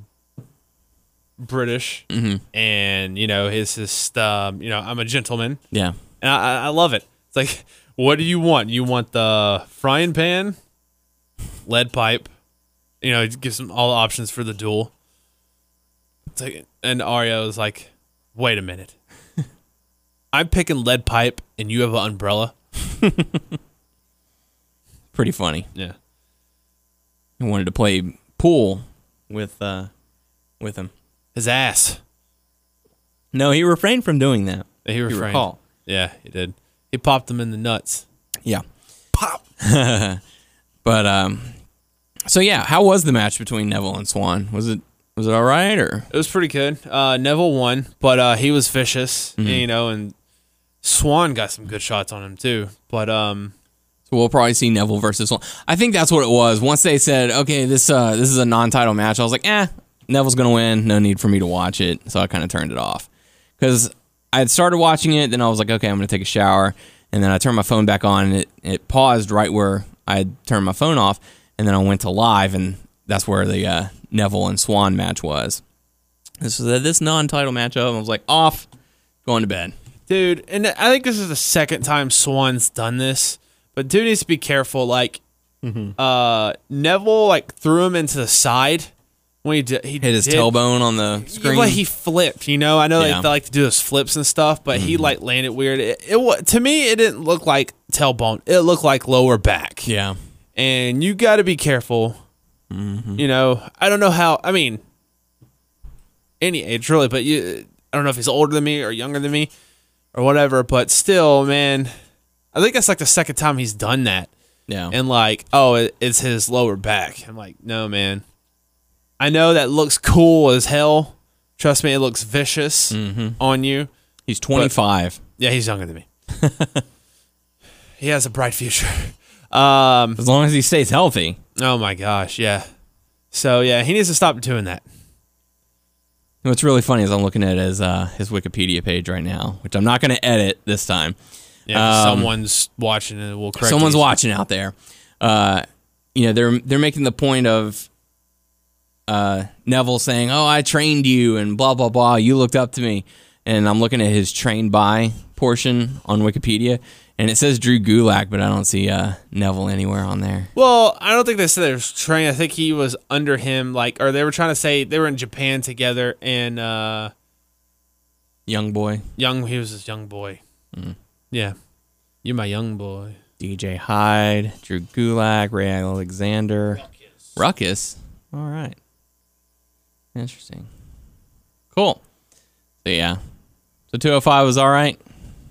Speaker 3: British,
Speaker 2: Mm-hmm.
Speaker 3: and you know, his just, um, you know, I'm a gentleman,
Speaker 2: Yeah.
Speaker 3: and I, I- I love it. It's like, what do you want? You want the frying pan, lead pipe? You know, it gives them all the options for the duel. It's like, and Arya was like, wait a minute. I'm picking lead pipe, and you have an umbrella.
Speaker 2: Pretty funny.
Speaker 3: Yeah.
Speaker 2: I wanted to play pool with uh with him.
Speaker 3: His ass.
Speaker 2: No, he refrained from doing that.
Speaker 3: He refrained.
Speaker 2: recall.
Speaker 3: Yeah, he did. He popped them in the nuts.
Speaker 2: Yeah. Pop. but um so yeah, how was the match between Neville and Swan? Was it was it all right or
Speaker 3: It was pretty good. Uh, Neville won, but uh, he was vicious, you know, and Swan got some good shots on him too. But um,
Speaker 2: so we'll probably see Neville versus Swan. I think that's what it was. Once they said, "Okay, this uh this is a non-title match." I was like, "Eh, Neville's going to win. No need for me to watch it." So I kind of turned it off. Cuz I had started watching it, then I was like, "Okay, I'm going to take a shower." And then I turned my phone back on and it it paused right where I had turned my phone off, and then I went to live and that's where the uh, Neville and Swan match was. And so that this non-title matchup, I was like, "Off, going to bed."
Speaker 3: dude, and I think this is the second time Swan's done this. But dude needs to be careful. Like
Speaker 2: Mm-hmm.
Speaker 3: uh, Neville, like threw him into the side when he did, he
Speaker 2: Hit his
Speaker 3: did-
Speaker 2: tailbone on the
Speaker 3: Yeah,
Speaker 2: screen.
Speaker 3: but he flipped, you know. I know
Speaker 2: Yeah. Mm-hmm.
Speaker 3: they like to do those flips and stuff, but he like landed weird. It, it wa- to me, it didn't look like tailbone. It looked like lower back.
Speaker 2: yeah.
Speaker 3: and you got to be careful. You know, I don't know how. I mean, any age really, but you. I don't know if he's older than me or younger than me or whatever, but still, man, I think that's like the second time he's done that
Speaker 2: Yeah.
Speaker 3: and like, oh, it, it's his lower back. I'm like, no, man. I know that looks cool as hell. Trust me, it looks vicious on you.
Speaker 2: He's 25.
Speaker 3: Yeah, he's younger than me. he has a bright future. Um,
Speaker 2: as long as he stays healthy.
Speaker 3: oh my gosh, yeah. So yeah, he needs to stop doing that.
Speaker 2: And what's really funny is I'm looking at his uh, his Wikipedia page right now, which I'm not going to edit this time.
Speaker 3: Yeah,
Speaker 2: Um,
Speaker 3: someone's watching and will correct.
Speaker 2: Someone's
Speaker 3: these.
Speaker 2: watching out there. Uh, you know, they're they're making the point of uh, Neville saying, "Oh, I trained you," and blah blah blah. You looked up to me, and I'm looking at his trained by portion on Wikipedia, And it says Drew Gulak, but I don't see uh, Neville anywhere on there.
Speaker 3: Well, I don't think they said they was training. I think he was under him, like, or they were trying to say they were in Japan together, and uh,
Speaker 2: Young boy,
Speaker 3: young he was his young boy.
Speaker 2: Mm.
Speaker 3: Yeah, you're my young boy.
Speaker 2: DJ Hyde, Drew Gulak, Ray Alexander, Ruckus. All right. Interesting. Cool. So yeah. So 205 was all right.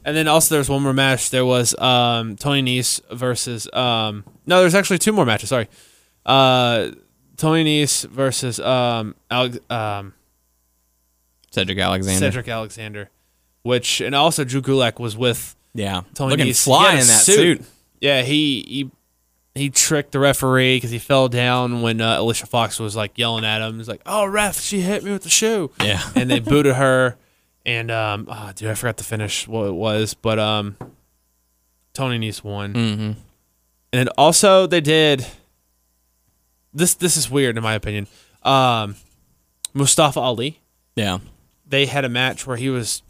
Speaker 3: And then also there's one more match. There was um, Tony Nese versus um, no, there's actually two more matches. Sorry, uh, Tony Nese versus um, Alex, um,
Speaker 2: Cedric Alexander.
Speaker 3: Cedric Alexander, which and also Drew Gulak was with
Speaker 2: Yeah.
Speaker 3: Tony
Speaker 2: Looking
Speaker 3: Nese. He
Speaker 2: fly
Speaker 3: had a
Speaker 2: in that suit.
Speaker 3: Yeah, he he he tricked the referee because he fell down when uh, Alicia Fox was like yelling at him. He's like, "Oh, ref, she hit me with the shoe."
Speaker 2: Yeah.
Speaker 3: and they booted her. And um, ah, dude, I forgot to finish what it was, but um, Tony Nese won. Mm-hmm. And then also they did this. This is weird in my opinion. Um, Mustafa Ali
Speaker 2: Yeah.
Speaker 3: they had a match where he was,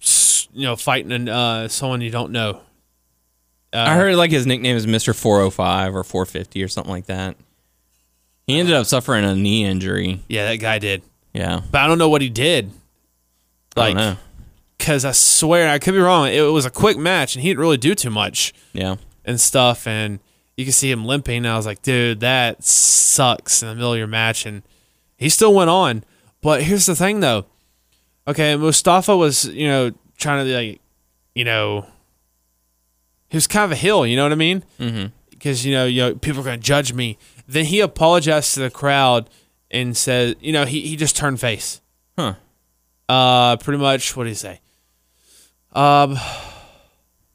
Speaker 3: s- you know, fighting uh, someone you don't know. Uh,
Speaker 2: I heard like his nickname is Mr. 405 or 450 or something like that. He ended up suffering a knee injury.
Speaker 3: Yeah, that guy did,
Speaker 2: Yeah.
Speaker 3: but I don't know what he did.
Speaker 2: I don't
Speaker 3: Like,
Speaker 2: know.
Speaker 3: because I swear I could be wrong. It was a quick match, and he didn't really do too much
Speaker 2: Yeah.
Speaker 3: and stuff. And you can see him limping. I was like, dude, that sucks in the middle of your match, and he still went on. But here's the thing, though. Okay, Mustafa was, you know, trying to like, you know, he was kind of a heel. You know what I mean? because you know, you know, people are going to judge me. Then he apologized to the crowd and said, you know, he, he just turned face.
Speaker 2: Huh.
Speaker 3: Uh, pretty much what did he say? Um,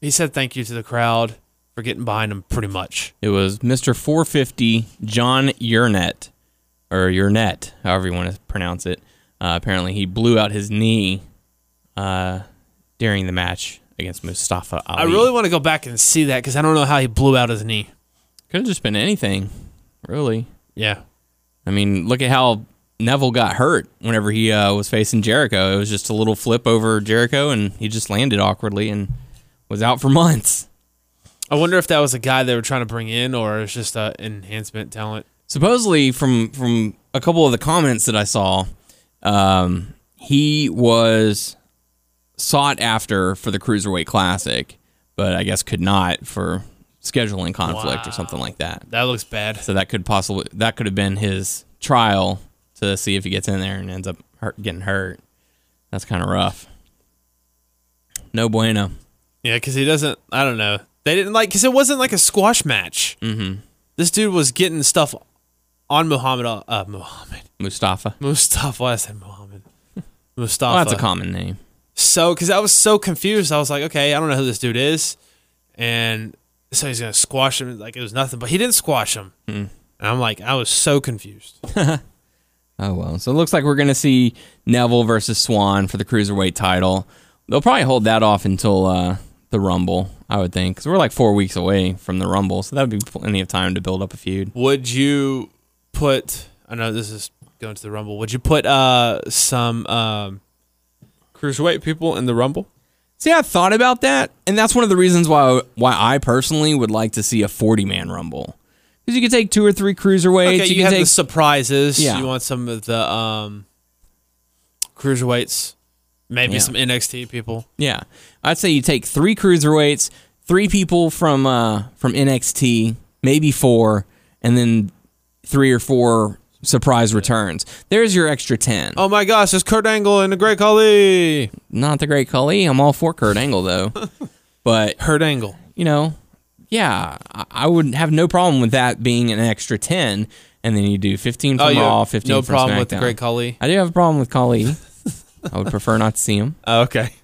Speaker 3: he said thank you to the crowd for getting behind him. Pretty much.
Speaker 2: It was Mr. 450 John Yurnet, or Yurnet, however you want to pronounce it. Uh, apparently, he blew out his knee uh, during the match against Mustafa Ali.
Speaker 3: I really want to go back and see that because I don't know how he blew out his knee.
Speaker 2: could have just been anything, really.
Speaker 3: Yeah.
Speaker 2: I mean, look at how Neville got hurt whenever he uh, was facing Jericho. It was just a little flip over Jericho, and he just landed awkwardly and was out for months.
Speaker 3: I wonder if that was a guy they were trying to bring in or it's just an enhancement talent.
Speaker 2: supposedly from from a couple of the comments that I saw, um, he was sought after for the cruiserweight classic, but I guess could not for scheduling conflict or something like that.
Speaker 3: That looks bad.
Speaker 2: So that could possibly that could have been his trial to see if he gets in there and ends up hurt, getting hurt. That's kind of rough. No bueno.
Speaker 3: Yeah, because he doesn't. I don't know. They didn't like because it wasn't like a squash match. Mm-hmm. This dude was getting stuff on Muhammad. Al- Uh, Muhammad
Speaker 2: Mustafa.
Speaker 3: Mustafa. I said Muhammad. Mustafa.
Speaker 2: Well, that's a common name.
Speaker 3: So, because I was so confused, I was like, okay, I don't know who this dude is, and so he's gonna squash him like it was nothing, but he didn't squash him. And I'm like, I was so confused.
Speaker 2: Oh well. So it looks like we're gonna see Neville versus Swan for the cruiserweight title. They'll probably hold that off until uh, the Rumble, I would think, because we're like four weeks away from the Rumble, so that would be plenty of time to build up a feud.
Speaker 3: Would you put? I know this is going to the Rumble. Would you put uh some um cruiserweight people in the Rumble?
Speaker 2: See, I thought about that, and that's one of the reasons why why I personally would like to see a forty man Rumble, because you could take two or three cruiserweights.
Speaker 3: Okay, you,
Speaker 2: can
Speaker 3: have
Speaker 2: take
Speaker 3: the surprises.
Speaker 2: Yeah.
Speaker 3: You want some of the um, cruiserweights, maybe
Speaker 2: Yeah.
Speaker 3: some NXT people.
Speaker 2: Yeah, I'd say you take three cruiserweights, three people from uh, from NXT, maybe four, and then three or four surprise returns. There's your extra ten.
Speaker 3: Oh my gosh, it's Kurt Angle and the Great Khali.
Speaker 2: Not the great Cully. I'm all for Kurt Angle though, but
Speaker 3: Kurt Angle.
Speaker 2: you know, yeah, I, I would have no problem with that being an extra ten, and then you do fifteen from
Speaker 3: Oh, you
Speaker 2: Raw,
Speaker 3: have
Speaker 2: fifteen
Speaker 3: no
Speaker 2: from
Speaker 3: problem with the
Speaker 2: SmackDown.
Speaker 3: Great Khali.
Speaker 2: I do have a problem with Cully. I would prefer not to see him.
Speaker 3: Oh, okay.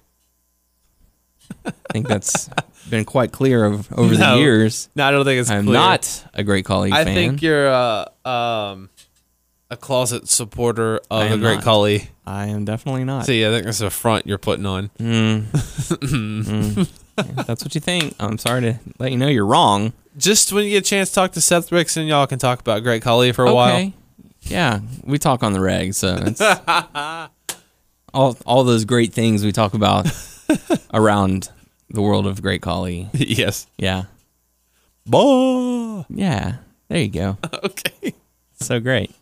Speaker 2: I think that's been quite clear of, over
Speaker 3: No.
Speaker 2: the years.
Speaker 3: No, I don't think it's.
Speaker 2: I'm
Speaker 3: clear.
Speaker 2: not a great colleague
Speaker 3: I
Speaker 2: fan.
Speaker 3: think you're uh, um, a closet supporter of the
Speaker 2: am
Speaker 3: Great
Speaker 2: not.
Speaker 3: Khali.
Speaker 2: I Mm. am definitely not.
Speaker 3: See, I think this is a front you're putting on.
Speaker 2: If That's what you think. I'm sorry to let you know you're wrong.
Speaker 3: Just when you get a chance to talk to Seth Rickson, y'all can talk about Great Khali for a while.
Speaker 2: Okay. Yeah, we talk on the reg, so it's all all those great things we talk about around The world of Great Collie.
Speaker 3: yes.
Speaker 2: Yeah.
Speaker 3: Bah.
Speaker 2: Yeah. There you go.
Speaker 3: Okay.
Speaker 2: so great.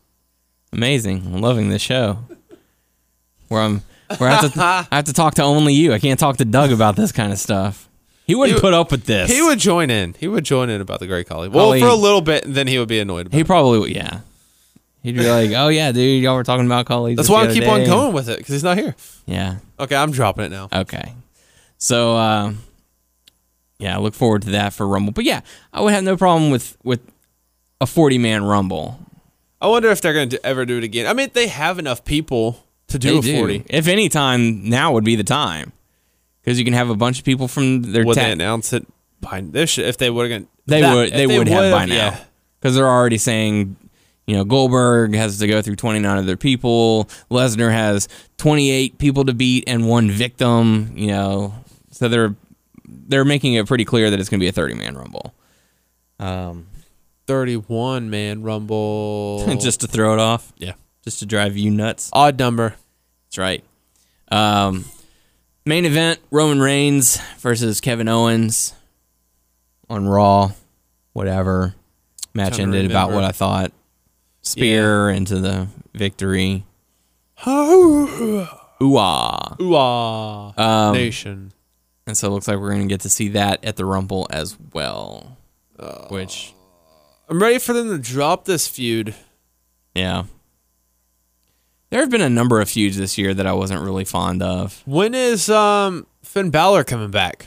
Speaker 2: Amazing. I'm loving this show. Where I'm where I have to I have to talk to only you. I can't talk to Doug about this kind of stuff. He wouldn't
Speaker 3: He would-
Speaker 2: put up with this.
Speaker 3: He would join in. He would join in about the Great Collie. Well,
Speaker 2: Collie.
Speaker 3: for a little bit, and then he would be annoyed. About it.
Speaker 2: He probably would yeah. He'd be like, Oh yeah, dude, y'all were talking about colleagues.
Speaker 3: That's
Speaker 2: just
Speaker 3: why
Speaker 2: the
Speaker 3: I keep
Speaker 2: other
Speaker 3: on
Speaker 2: day."
Speaker 3: going with it because he's not here.
Speaker 2: Yeah.
Speaker 3: Okay, I'm dropping it now.
Speaker 2: Okay. So um yeah, I look forward to that for Rumble. But yeah, I would have no problem with with a forty man Rumble.
Speaker 3: I wonder if they're going to ever do it again. I mean, they have enough people to do
Speaker 2: They
Speaker 3: a forty.
Speaker 2: If any time, now would be the time. Because you can have a bunch of people from their
Speaker 3: Would
Speaker 2: ta-
Speaker 3: they announce it? By, they should, if they would have.
Speaker 2: They would they, would have by now
Speaker 3: Yeah.
Speaker 2: because they're already saying, you know, Goldberg has to go through 29 other people. Lesnar has 28 people to beat and one victim. You know, so they're they're making it pretty clear that it's going to be a 30 man rumble. Um,
Speaker 3: Thirty-one man rumble.
Speaker 2: just to throw it off,
Speaker 3: yeah,
Speaker 2: just to drive you nuts.
Speaker 3: odd number.
Speaker 2: That's right. Um, main event: Roman Reigns versus Kevin Owens on Raw. Whatever match
Speaker 3: Trying to
Speaker 2: ended about
Speaker 3: remember.
Speaker 2: what I thought. Spear into the victory.
Speaker 3: Ooh
Speaker 2: Ooh ah!
Speaker 3: ah,
Speaker 2: Um,
Speaker 3: nation.
Speaker 2: And so it looks like we're gonna get to see that at the Rumble as well. Which,
Speaker 3: I'm ready for them to drop this feud.
Speaker 2: yeah. There have been a number of feuds this year that I wasn't really fond of.
Speaker 3: When is um Finn Balor coming back?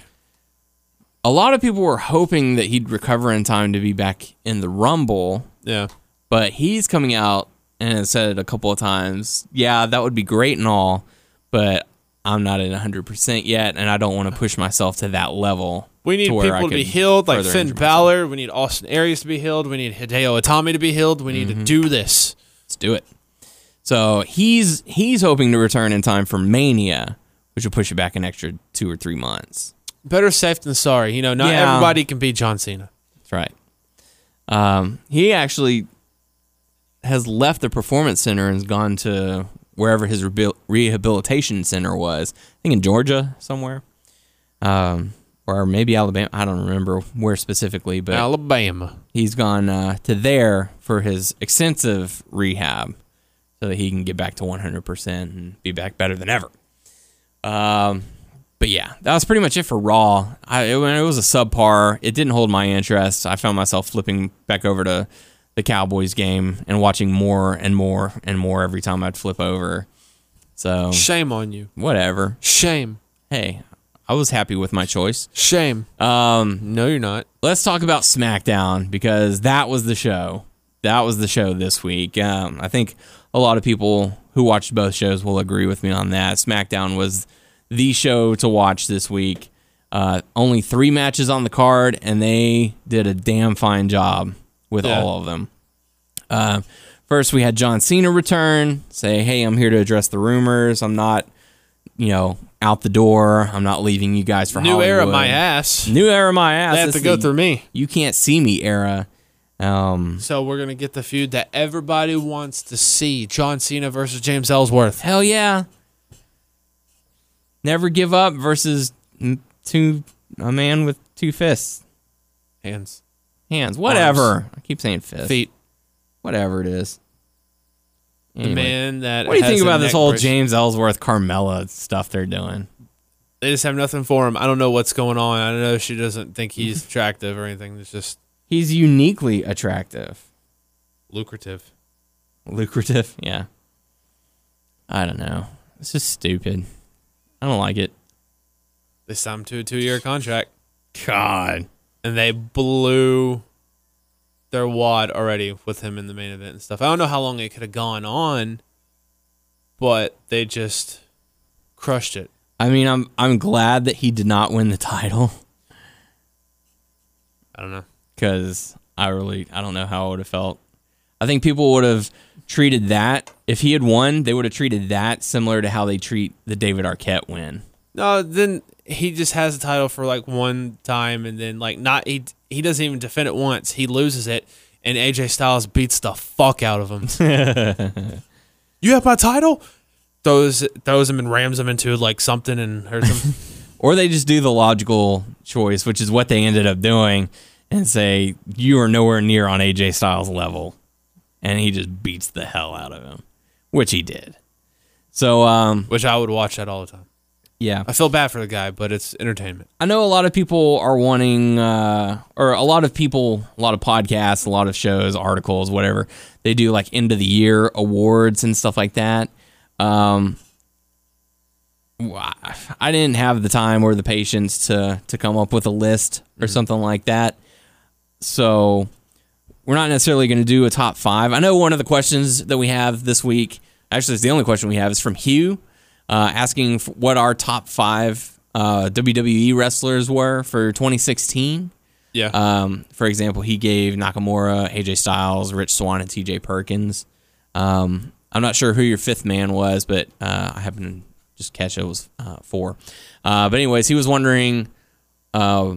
Speaker 2: A lot of people were hoping that he'd recover in time to be back in the Rumble.
Speaker 3: Yeah.
Speaker 2: but he's coming out and has said it a couple of times. Yeah, that would be great and all, but I'm not at 100% yet, and I don't want to push myself to that level.
Speaker 3: We need
Speaker 2: to where I
Speaker 3: people to be
Speaker 2: could
Speaker 3: healed, like
Speaker 2: further
Speaker 3: Finn
Speaker 2: injure myself.
Speaker 3: Balor. We need Austin Aries to be healed. We need Hideo Itami to be healed. We
Speaker 2: Mm-hmm.
Speaker 3: need to do this.
Speaker 2: Let's do it. So he's he's hoping to return in time for Mania, which will push it back an extra two or three months.
Speaker 3: Better safe than sorry. You know, not
Speaker 2: Yeah.
Speaker 3: everybody can be John Cena.
Speaker 2: That's right. Um, he actually has left the performance center and has gone to wherever his rehabil- rehabilitation center was. I think in Georgia somewhere, um, or maybe Alabama. I don't remember where specifically, but
Speaker 3: Alabama.
Speaker 2: he's gone uh, to there for his extensive rehab so that he can get back to 100% and be back better than ever. Um, but yeah, that was pretty much it for Raw. I, it, wa- it was a subpar. It didn't hold my interest. I found myself flipping back over to the Cowboys game and watching more and more and more every time I'd flip over. So,
Speaker 3: Shame on you.
Speaker 2: whatever.
Speaker 3: Shame.
Speaker 2: Hey, I was happy with my choice.
Speaker 3: Shame.
Speaker 2: Um,
Speaker 3: No, you're not.
Speaker 2: let's talk about SmackDown because that was the show. That was the show this week. Um, I think a lot of people who watched both shows will agree with me on that. SmackDown was the show to watch this week. Uh, only three matches on the card, and they did a damn fine job with
Speaker 3: Yeah.
Speaker 2: all of them. Uh, first, we had John Cena return, say, "Hey, I'm here to address the rumors. I'm not, you know, out the door. I'm not leaving you guys for
Speaker 3: New era,
Speaker 2: Hollywood."
Speaker 3: my ass.
Speaker 2: New era, my ass.
Speaker 3: They have
Speaker 2: It's
Speaker 3: to go
Speaker 2: the-
Speaker 3: through me.
Speaker 2: you can't see me era. Um,
Speaker 3: So we're gonna get the feud that everybody wants to see: John Cena versus James Ellsworth.
Speaker 2: hell yeah. Never give up versus m- two a man with two fists,
Speaker 3: Hands,
Speaker 2: hands, whatever. I keep saying fists,
Speaker 3: feet.
Speaker 2: whatever it is.
Speaker 3: The
Speaker 2: Anyway.
Speaker 3: man that.
Speaker 2: what do you
Speaker 3: has
Speaker 2: think
Speaker 3: a
Speaker 2: about this
Speaker 3: neck
Speaker 2: whole
Speaker 3: brace-
Speaker 2: James Ellsworth Carmella stuff they're doing?
Speaker 3: They just have nothing for him. I don't know what's going on. I don't know if she doesn't think he's attractive or anything. It's just
Speaker 2: He's uniquely attractive,
Speaker 3: lucrative.
Speaker 2: lucrative. Yeah, I don't know. It's just stupid. I don't like it.
Speaker 3: They signed him to a two-year contract,
Speaker 2: God.
Speaker 3: and they blew their wad already with him in the main event and stuff. I don't know how long it could have gone on, but they just crushed it.
Speaker 2: I mean, I'm I'm glad that he did not win the title.
Speaker 3: I don't know.
Speaker 2: because I really I don't know how I would have felt. I think people would have treated that if he had won, they would have treated that similar to how they treat the David Arquette win.
Speaker 3: No, then he just has the title for like one time, and then like not he he doesn't even defend it once. He loses it, and AJ Styles beats the fuck out of him. you have my title. Throws throws him and rams him into like something and hurts him.
Speaker 2: Or they just do the logical choice, which is what they ended up doing, and say, You are nowhere near on AJ Styles' level. And he just beats the hell out of him, which he did. So, um,
Speaker 3: which I would watch that all the time.
Speaker 2: yeah.
Speaker 3: I feel bad for the guy, but it's entertainment.
Speaker 2: I know a lot of people are wanting, uh, or a lot of people, a lot of podcasts, a lot of shows, articles, whatever. They do like end of the year awards and stuff like that. Um, wh- I didn't have the time or the patience to to come up with a list or something like that. So we're not necessarily going to do a top five. I know one of the questions that we have this week, actually, it's the only question we have, is from Hugh uh, asking f- what our top five uh, WWE wrestlers were for 2016.
Speaker 3: Yeah.
Speaker 2: Um, for example, he gave Nakamura, AJ Styles, Rich Swan, and TJ Perkins. Um, I'm not sure who your fifth man was, but uh, I happened to just catch it was uh, four. Uh, but anyways, he was wondering uh,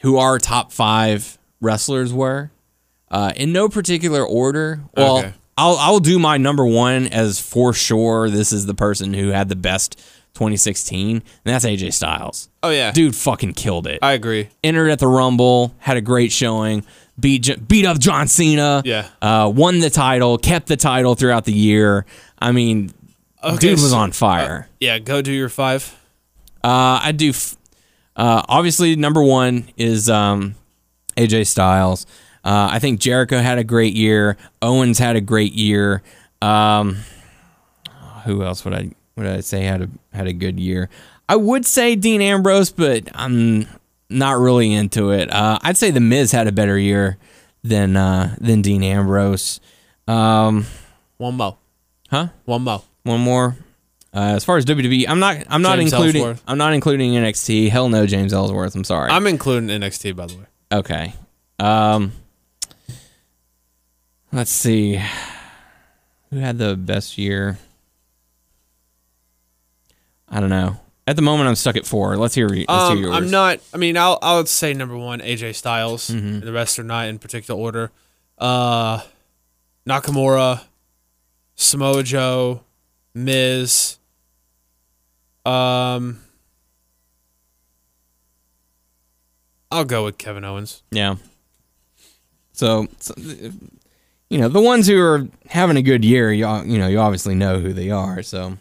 Speaker 2: who our top five wrestlers were uh, in no particular order. Well,
Speaker 3: Okay.
Speaker 2: I'll I'll do my number one as for sure. This is the person who had the best 2016, and that's AJ Styles.
Speaker 3: oh yeah.
Speaker 2: Dude fucking killed it
Speaker 3: I agree.
Speaker 2: entered at the Rumble, had a great showing, beat J- beat up John Cena,
Speaker 3: Yeah.
Speaker 2: uh, won the title, kept the title throughout the year. I mean, dude was
Speaker 3: so- uh,
Speaker 2: on fire.
Speaker 3: Yeah, go do your five.
Speaker 2: Uh, I do. F- uh, obviously, number one is um, AJ Styles. Uh, I think Jericho had a great year. Owens had a great year. Um, who else would I would I say had a had a good year? I would say Dean Ambrose, but I'm not really into it. Uh, I'd say the Miz had a better year than uh, than Dean Ambrose. Um,
Speaker 3: One mo.
Speaker 2: huh?
Speaker 3: One mo.
Speaker 2: one more. Uh, as far as WWE, I'm not. I'm not
Speaker 3: James
Speaker 2: including.
Speaker 3: Ellsworth.
Speaker 2: I'm not including NXT. Hell no, James Ellsworth. I'm sorry.
Speaker 3: I'm including NXT by the way.
Speaker 2: okay. Um. Let's see. Who had the best year? I don't know. At the moment, I'm stuck at four. Let's hear. Let's hear
Speaker 3: Um,
Speaker 2: yours.
Speaker 3: I'm not. I mean, I'll I would say number one AJ Styles.
Speaker 2: Mm-hmm.
Speaker 3: The rest are not in particular order. Uh, Nakamura, Samoa Joe, Miz. Um, I'll go with Kevin Owens.
Speaker 2: Yeah. So, so, you know, the ones who are having a good year, you you know, you obviously know who they are. So,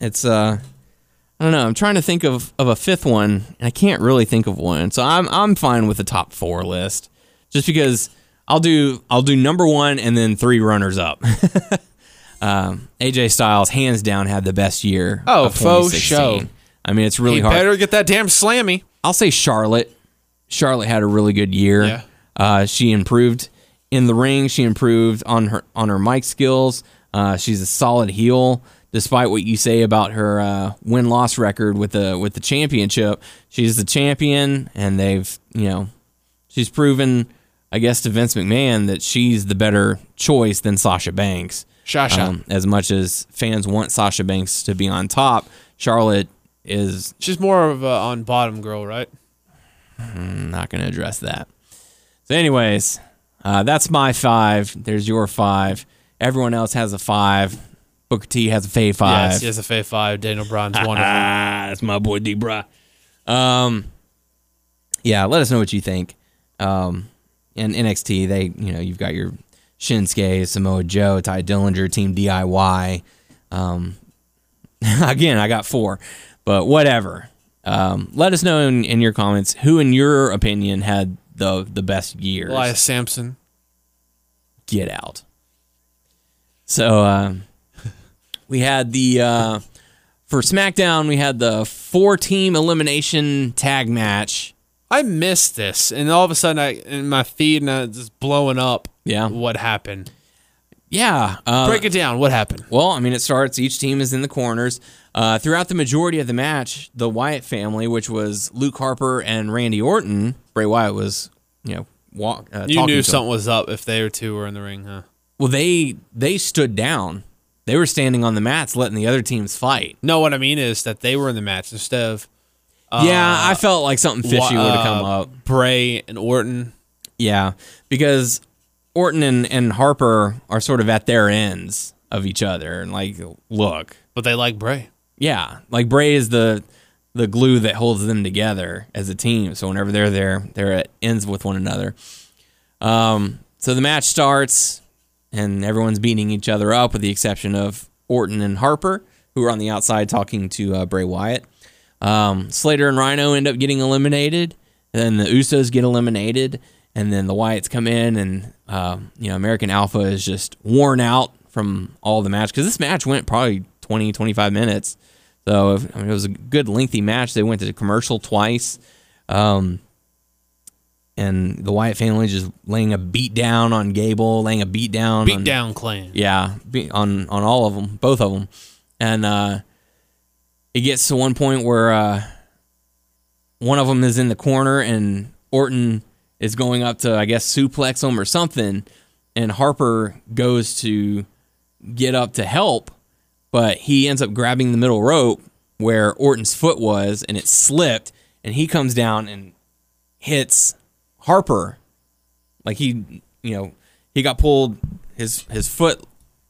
Speaker 2: it's uh, I don't know. I'm trying to think of, of a fifth one, and I can't really think of one. So I'm I'm fine with the top four list, just because I'll do I'll do number one and then three runners up. um, AJ Styles hands down had the best year.
Speaker 3: Oh,
Speaker 2: of
Speaker 3: faux
Speaker 2: 2016.
Speaker 3: show.
Speaker 2: I mean, it's really
Speaker 3: He
Speaker 2: hard.
Speaker 3: better get that damn slammy.
Speaker 2: I'll say Charlotte. Charlotte had a really good year.
Speaker 3: Yeah.
Speaker 2: Uh, she improved in the ring. She improved on her on her mic skills. Uh, she's a solid heel, despite what you say about her uh, win loss record with the with the championship. She's the champion, and they've you know she's proven, I guess, to Vince McMahon that she's the better choice than Sasha Banks.
Speaker 3: Sasha.
Speaker 2: Um, as much as fans want Sasha Banks to be on top, Charlotte is
Speaker 3: She's more of a on bottom girl, right?
Speaker 2: not going to address that. So, anyways, uh, that's my five. There's your five. Everyone else has a five. Booker T has a Fay five.
Speaker 3: Yes, he has a Faye five. Daniel Bryan's one of them.
Speaker 2: Ah, that's my boy D Bra. Um, yeah, let us know what you think. Um, and NXT, they, you know, you've got your Shinsuke, Samoa Joe, Ty Dillinger, Team DIY. Um, again, I got four, but whatever. Um, let us know in, in your comments who, in your opinion, had the the best years
Speaker 3: Elias Sampson.
Speaker 2: get out. So um, we had the uh, for SmackDown, we had the four team elimination tag match.
Speaker 3: I missed this, and all of a sudden, I in my feed and I just blowing up.
Speaker 2: Yeah.
Speaker 3: what happened?
Speaker 2: Yeah, uh,
Speaker 3: Break it down. What happened?
Speaker 2: Well, I mean, it starts. Each team is in the corners. Uh, throughout the majority of the match, the Wyatt family, which was Luke Harper and Randy Orton, Bray Wyatt was, you know, walk. Uh,
Speaker 3: You
Speaker 2: talking
Speaker 3: knew
Speaker 2: to him.
Speaker 3: something was up if they two were in the ring, huh?
Speaker 2: Well, they they stood down. They were standing on the mats, letting the other teams fight.
Speaker 3: No, what I mean is that they were in the match instead of
Speaker 2: yeah, I felt like something fishy
Speaker 3: Wa-
Speaker 2: would have come
Speaker 3: uh,
Speaker 2: up.
Speaker 3: Bray and Orton.
Speaker 2: Yeah, because Orton and, and Harper are sort of at their ends of each other, and like, look,
Speaker 3: But they like Bray.
Speaker 2: yeah, like Bray is the the glue that holds them together as a team. So whenever they're there, they're at ends with one another. Um, so the match starts, and everyone's beating each other up, with the exception of Orton and Harper, who are on the outside talking to uh, Bray Wyatt. Um, Slater and Rhino end up getting eliminated. Then the Usos get eliminated, and then the Wyatts come in, and um, you know American Alpha is just worn out from all the match because this match went probably 20, 25 minutes. So if, I mean, it was a good lengthy match. They went to commercial twice, um, and the Wyatt family just laying a beat down on Gable, laying a beat down, on,
Speaker 3: Beatdown clan.
Speaker 2: yeah, be- on on all of them, both of them, and uh, it gets to one point where uh, one of them is in the corner and Orton is going up to I guess suplex him or something, and Harper goes to get up to help, but he ends up grabbing the middle rope where Orton's foot was, and it slipped, and he comes down and hits Harper like he you know he got pulled his his foot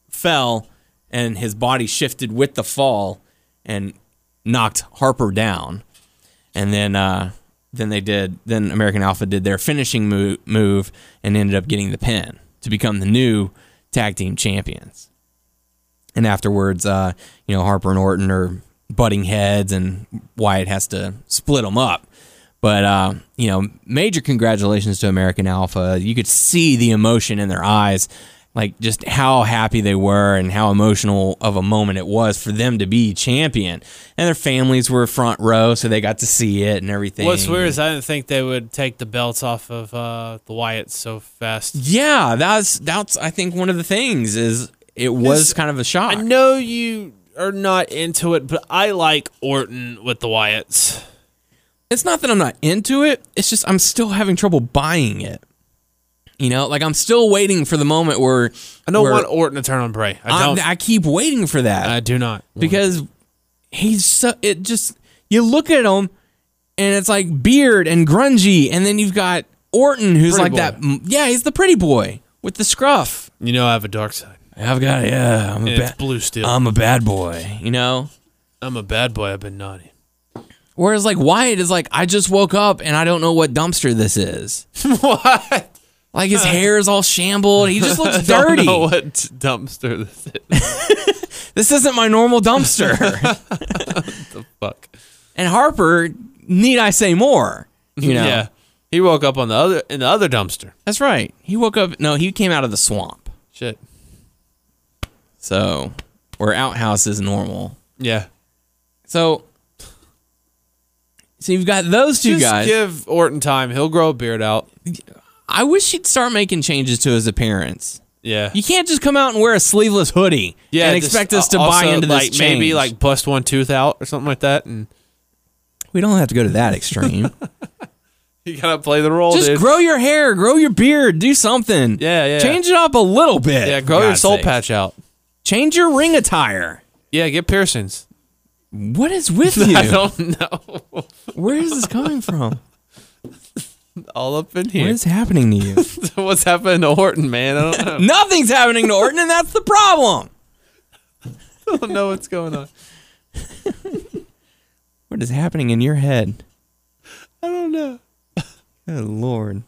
Speaker 2: fell and his body shifted with the fall and knocked Harper down and then uh then they did then American Alpha did their finishing move, move and ended up getting the pin to become the new tag team champions and afterwards uh you know Harper and Orton are butting heads and Wyatt has to split them up but uh, you know, major congratulations to American Alpha. You could see the emotion in their eyes, like just how happy they were and how emotional of a moment it was for them to be champion. And their families were front row, so they got to see it and everything.
Speaker 3: What's weird is I didn't think they would take the belts off of uh, the Wyatts so fast.
Speaker 2: Yeah, that's that's I think one of the things is it was kind of a shock.
Speaker 3: I know you are not into it, but I like Orton with the Wyatts.
Speaker 2: it's not that I'm not into it. It's just I'm still having trouble buying it. You know, like I'm still waiting for the moment where
Speaker 3: I don't
Speaker 2: where
Speaker 3: want Orton to turn on Bray. I
Speaker 2: I,
Speaker 3: don't.
Speaker 2: I keep waiting for that.
Speaker 3: I do not.
Speaker 2: because he's so it just you look at him and it's like beard and grungy and then you've got Orton who's
Speaker 3: Pretty
Speaker 2: like that m- yeah he's the pretty boy with the scruff
Speaker 3: you know I have a um, dark side.
Speaker 2: I've got yeah I'm
Speaker 3: And
Speaker 2: a
Speaker 3: it's
Speaker 2: bad
Speaker 3: blue steel.
Speaker 2: I'm a bad boy you know
Speaker 3: I'm a bad boy. I've been naughty.
Speaker 2: whereas like Wyatt is like I just woke up and I don't know what dumpster this is
Speaker 3: what?
Speaker 2: like his hair is all shambled he just looks
Speaker 3: I don't
Speaker 2: dirty
Speaker 3: know what dumpster this is.
Speaker 2: this isn't my normal dumpster
Speaker 3: Fuck.
Speaker 2: and Harper need I say more you know
Speaker 3: Yeah. He woke up on the other in the other dumpster.
Speaker 2: that's right he woke up no he came out of the swamp
Speaker 3: Shit.
Speaker 2: So, where outhouse is normal.
Speaker 3: Yeah.
Speaker 2: So, so you've got those two
Speaker 3: Just
Speaker 2: guys.
Speaker 3: give Orton time. He'll grow a beard out.
Speaker 2: I wish he'd start making changes to his appearance.
Speaker 3: Yeah.
Speaker 2: You can't just come out and wear a sleeveless hoodie
Speaker 3: yeah,
Speaker 2: and
Speaker 3: just uh,
Speaker 2: expect us to
Speaker 3: also,
Speaker 2: buy into this
Speaker 3: like,
Speaker 2: change.
Speaker 3: Maybe like bust one tooth out or something like that, and
Speaker 2: we don't have to go to that extreme.
Speaker 3: you gotta play the role.
Speaker 2: just
Speaker 3: dude.
Speaker 2: grow your hair, grow your beard, do something.
Speaker 3: Yeah, yeah.
Speaker 2: Change it up a little bit.
Speaker 3: Yeah,
Speaker 2: for
Speaker 3: grow your
Speaker 2: God's
Speaker 3: soul
Speaker 2: sake.
Speaker 3: patch out.
Speaker 2: Change your ring attire.
Speaker 3: Yeah, get piercings.
Speaker 2: What is with you?
Speaker 3: I don't know.
Speaker 2: Where is this coming from?
Speaker 3: All up in
Speaker 2: What
Speaker 3: here.
Speaker 2: is happening to you?
Speaker 3: What's happening to Orton, man? I don't know.
Speaker 2: Nothing's happening to Orton, and that's the problem.
Speaker 3: I don't know what's going on.
Speaker 2: What is happening in your head?
Speaker 3: I don't know.
Speaker 2: Good lord.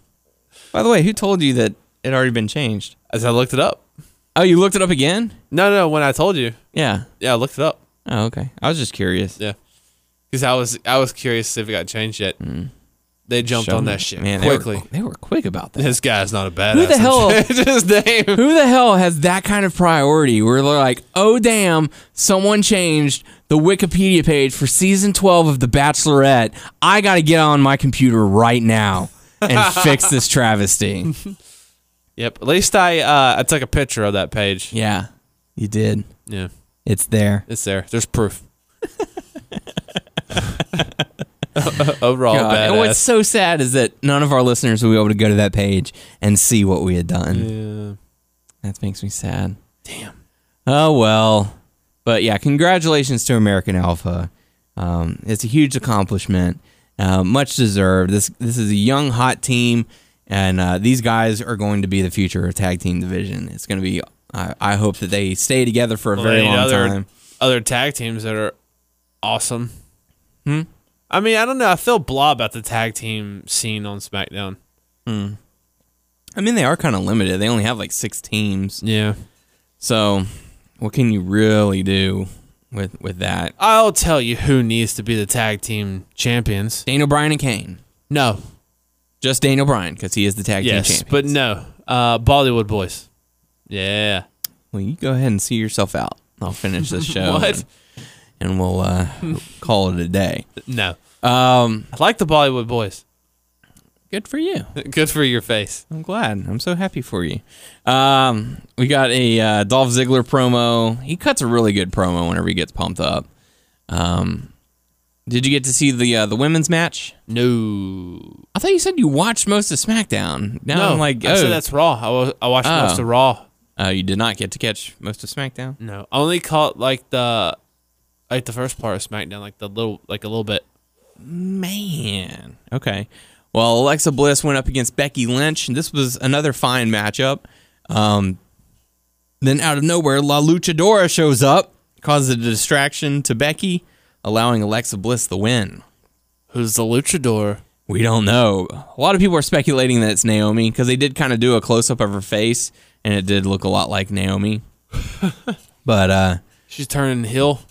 Speaker 2: By the way, who told you that it already been changed?
Speaker 3: As I looked it up.
Speaker 2: Oh, you looked it up again?
Speaker 3: No, no, when I told you.
Speaker 2: Yeah.
Speaker 3: Yeah, I looked it up.
Speaker 2: Oh, okay. I was just curious.
Speaker 3: Yeah. Because I was I was curious if it got changed yet. They jumped on that shit
Speaker 2: Mm. Man,
Speaker 3: quickly.
Speaker 2: They were, they were quick about that.
Speaker 3: This guy's not a badass.
Speaker 2: Who the
Speaker 3: I'm
Speaker 2: hell-
Speaker 3: changing his name?
Speaker 2: Who the hell has that kind of priority where they're like, oh, damn, someone changed the Wikipedia page for season 12 of The Bachelorette. I got to get on my computer right now and fix this travesty.
Speaker 3: Yep. At least I uh, I took a picture of that page.
Speaker 2: Yeah, you did.
Speaker 3: Yeah.
Speaker 2: It's there.
Speaker 3: It's there. There's proof. Overall,
Speaker 2: God,
Speaker 3: Oh, badass.
Speaker 2: And what's so sad is that none of our listeners will be able to go to that page and see what we had done.
Speaker 3: Yeah.
Speaker 2: That makes me sad. Damn. Oh well. But yeah, congratulations to American Alpha. Um, it's a huge accomplishment, uh, much deserved. This this is a young hot team, and uh, these guys are going to be the future of tag team division. It's going to be. I, I hope that they stay together for a
Speaker 3: Well,
Speaker 2: very
Speaker 3: any
Speaker 2: long
Speaker 3: other,
Speaker 2: time. Hmm?
Speaker 3: Other tag teams that are awesome. I mean, I don't know. I feel blah about the tag team scene on SmackDown.
Speaker 2: I mean, they are kind of limited. They only have like six teams.
Speaker 3: Yeah.
Speaker 2: So, what can you really do with with that?
Speaker 3: I'll tell you who needs to be the tag team champions.
Speaker 2: Daniel Bryan and Kane.
Speaker 3: No.
Speaker 2: Just Daniel Bryan because he is the tag team
Speaker 3: Yes,
Speaker 2: champion.
Speaker 3: but no. Uh, Bollywood Boys. Yeah.
Speaker 2: Well, you go ahead and see yourself out. I'll finish this show.
Speaker 3: What?
Speaker 2: And, and we'll uh, call it a day.
Speaker 3: No.
Speaker 2: Um,
Speaker 3: I like the Bollywood Boys.
Speaker 2: good for you.
Speaker 3: Good for your face.
Speaker 2: I'm glad. I'm so happy for you. Um, we got a uh, Dolph Ziggler promo. He cuts a really good promo whenever he gets pumped up. Um, did you get to see the uh, the women's match?
Speaker 3: No.
Speaker 2: I thought you said you watched most of SmackDown. Now
Speaker 3: No.
Speaker 2: I'm like, oh,
Speaker 3: I said that's Raw. I, wa- I watched most
Speaker 2: Oh.
Speaker 3: of Raw.
Speaker 2: uh, you did not get to catch most of SmackDown.
Speaker 3: No. I only caught like the like the first part of SmackDown, like the little like a little bit.
Speaker 2: Man, okay. Well, Alexa Bliss went up against Becky Lynch, and this was another fine matchup. Um, then out of nowhere, La Luchadora shows up, causes a distraction to Becky, allowing Alexa Bliss the win.
Speaker 3: Who's the luchador?
Speaker 2: We don't know. A lot of people are speculating that it's Naomi because they did kind of do a close up of her face, and it did look a lot like Naomi. but uh,
Speaker 3: She's turning heel.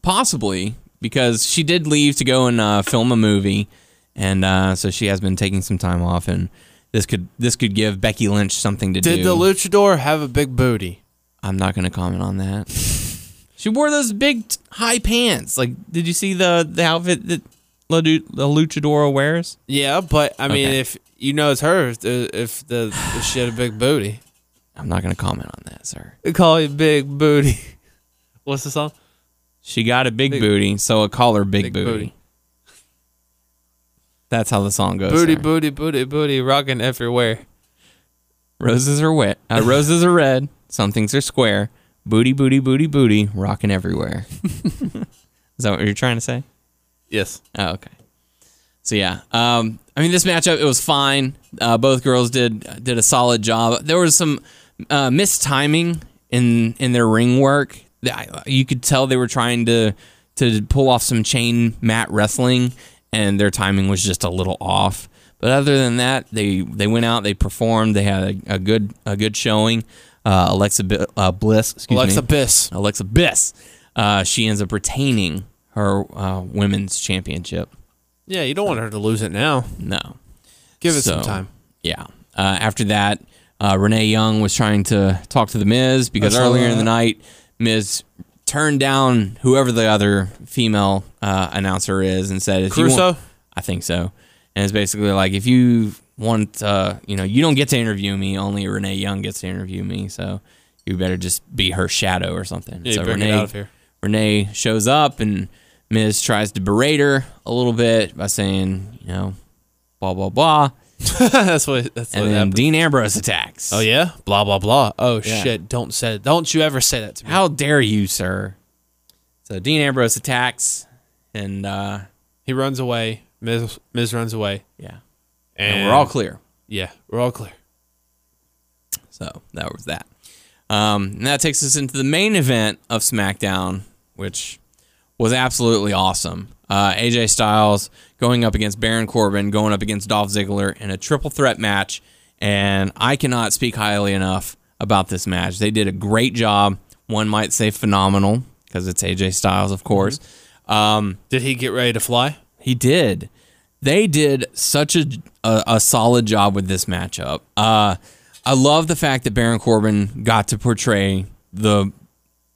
Speaker 2: possibly because she did leave to go and uh, film a movie, and uh, so she has been taking some time off, and this could this could give Becky Lynch something to
Speaker 3: Did
Speaker 2: do.
Speaker 3: the luchador have a big booty?
Speaker 2: I'm not going to comment on that. she wore those big t- high pants. Like, did you see the the outfit that La, Du- La Luchadora wears?
Speaker 3: Yeah, but I mean,
Speaker 2: Okay.
Speaker 3: if you know it's her, if the, if the if she had a big booty,
Speaker 2: I'm not going to comment on that, sir.
Speaker 3: they call it big booty. What's the song?
Speaker 2: She got a big,
Speaker 3: Big-
Speaker 2: booty, so I call her Big,
Speaker 3: Big
Speaker 2: booty.
Speaker 3: booty.
Speaker 2: That's how the song goes.
Speaker 3: booty,
Speaker 2: sir.
Speaker 3: booty, booty, booty, rocking everywhere.
Speaker 2: Roses are wet. Uh, roses are red. Some things are square. Booty, booty, booty, booty, rocking everywhere. Is that what you're trying to say?
Speaker 3: Yes.
Speaker 2: Oh, okay. So yeah, um, I mean, this matchup it was fine. Uh, both girls did did a solid job. There was some uh, mistiming in in their ring work. That I- You could tell they were trying to to pull off some chain mat wrestling, and their timing was just a little off. But other than that, they they went out, they performed, they had a, a good a good showing. Uh, Alexa Bi- uh, Bliss, excuse me.
Speaker 3: Alexa Biss.
Speaker 2: Alexa Bliss. Uh, she ends up retaining her uh, women's championship.
Speaker 3: Yeah, you don't want her to lose it now.
Speaker 2: No.
Speaker 3: Give it
Speaker 2: So,
Speaker 3: some time.
Speaker 2: Yeah. Uh, after that, uh, Renee Young was trying to talk to the Miz because
Speaker 3: I saw
Speaker 2: earlier in
Speaker 3: that.
Speaker 2: the night, Miz turned down whoever the other female uh, announcer is and said, if you want-
Speaker 3: Crusoe?
Speaker 2: I think so. And it's basically like, if you want, uh, you know, you don't get to interview me, only Renee Young gets to interview me. So you better just be her shadow or something.
Speaker 3: Yeah, you
Speaker 2: so
Speaker 3: better get
Speaker 2: Renee-
Speaker 3: out of here.
Speaker 2: Renee shows up and Miz tries to berate her a little bit by saying, you know, blah, blah, blah.
Speaker 3: that's what. That's
Speaker 2: And
Speaker 3: what
Speaker 2: then
Speaker 3: happened.
Speaker 2: Dean Ambrose attacks.
Speaker 3: oh yeah. Blah blah blah. Oh
Speaker 2: Yeah.
Speaker 3: shit! Don't say. Don't you ever say that to me.
Speaker 2: How dare you, sir? So Dean Ambrose attacks and uh
Speaker 3: He runs away. Miz, Miz runs away.
Speaker 2: yeah. And we're all clear.
Speaker 3: Yeah, we're all clear.
Speaker 2: So that was that. Um and that takes us into the main event of SmackDown, which was absolutely awesome. Uh, AJ Styles going up against Baron Corbin, going up against Dolph Ziggler in a triple threat match. And I cannot speak highly enough about this match. They did a great job. One might say phenomenal because it's AJ Styles, of course. Um,
Speaker 3: Did he get ready to fly?
Speaker 2: He did. They did such a a, a solid job with this matchup. Uh, I love the fact that Baron Corbin got to portray the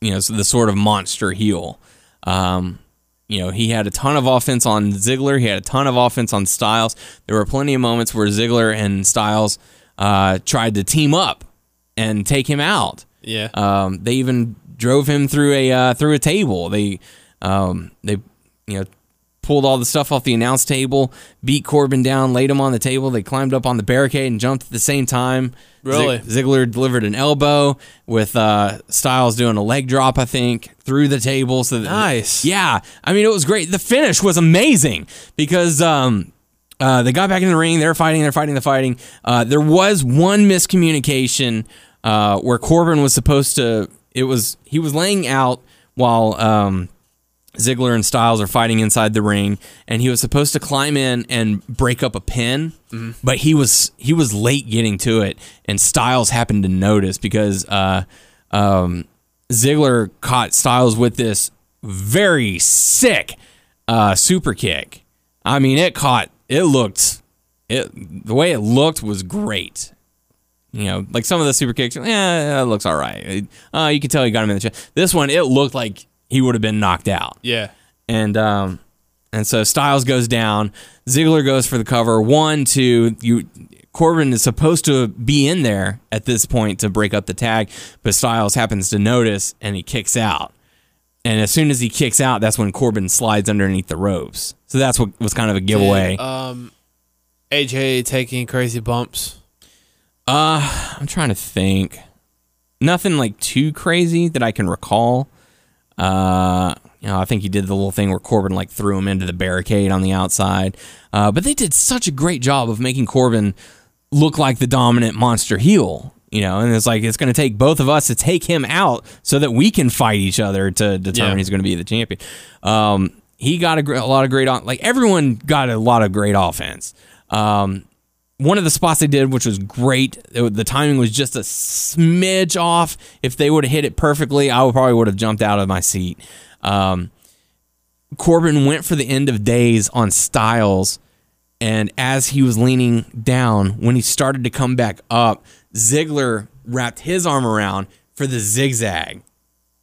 Speaker 2: you know the sort of monster heel. Um, you know he had a ton of offense on Ziggler. He had a ton of offense on Styles. There were plenty of moments where Ziggler and Styles uh, tried to team up and take him out.
Speaker 3: Yeah.
Speaker 2: Um, they even drove him through a uh, through a table. They um, they you know pulled all the stuff off the announce table, beat Corbin down, laid him on the table. They climbed up on the barricade and jumped at the same time.
Speaker 3: Really?
Speaker 2: Zig- Ziggler delivered an elbow with uh, Styles doing a leg drop, I think, through the table. So that,
Speaker 3: Nice.
Speaker 2: yeah. I mean, it was great. The finish was amazing because um, uh, they got back in the ring. They're fighting. They're fighting. They're fighting. Uh, there was one miscommunication uh, where Corbin was supposed to. It was he was laying out while um, Ziggler and Styles are fighting inside the ring, and he was supposed to climb in and break up a pin, but he was he was late getting to it, and Styles happened to notice because uh, um, Ziggler caught Styles with this very sick uh, super kick. I mean, it caught it looked it the way it looked was great. You know, like some of the super kicks, yeah, it looks all right. Uh, you can tell he got him in the chest. This one, it looked like he would have been knocked out.
Speaker 3: Yeah.
Speaker 2: And um, and so Styles goes down. Ziggler goes for the cover. One, two. You Corbin is supposed to be in there at this point to break up the tag, but Styles happens to notice and he kicks out. And as soon as he kicks out, that's when Corbin slides underneath the ropes. So that's what was kind of a giveaway.
Speaker 3: Um, AJ taking crazy bumps.
Speaker 2: Uh, I'm trying to think. Nothing like too crazy that I can recall. Uh, you know, I think he did the little thing where Corbin like threw him into the barricade on the outside. Uh, but they did such a great job of making Corbin look like the dominant monster heel. You know, and it's like it's going to take both of us to take him out so that we can fight each other to determine
Speaker 3: Yeah.
Speaker 2: who's going to be the champion. Um, he got a, gr- a lot of great on like everyone got a lot of great offense. Um, one of the spots they did, which was great, it- the timing was just a smidge off. If they would have hit it perfectly, I would probably would have jumped out of my seat. Um, Corbin went for the end of days on Styles, and as he was leaning down, when he started to come back up, Ziggler wrapped his arm around for the zigzag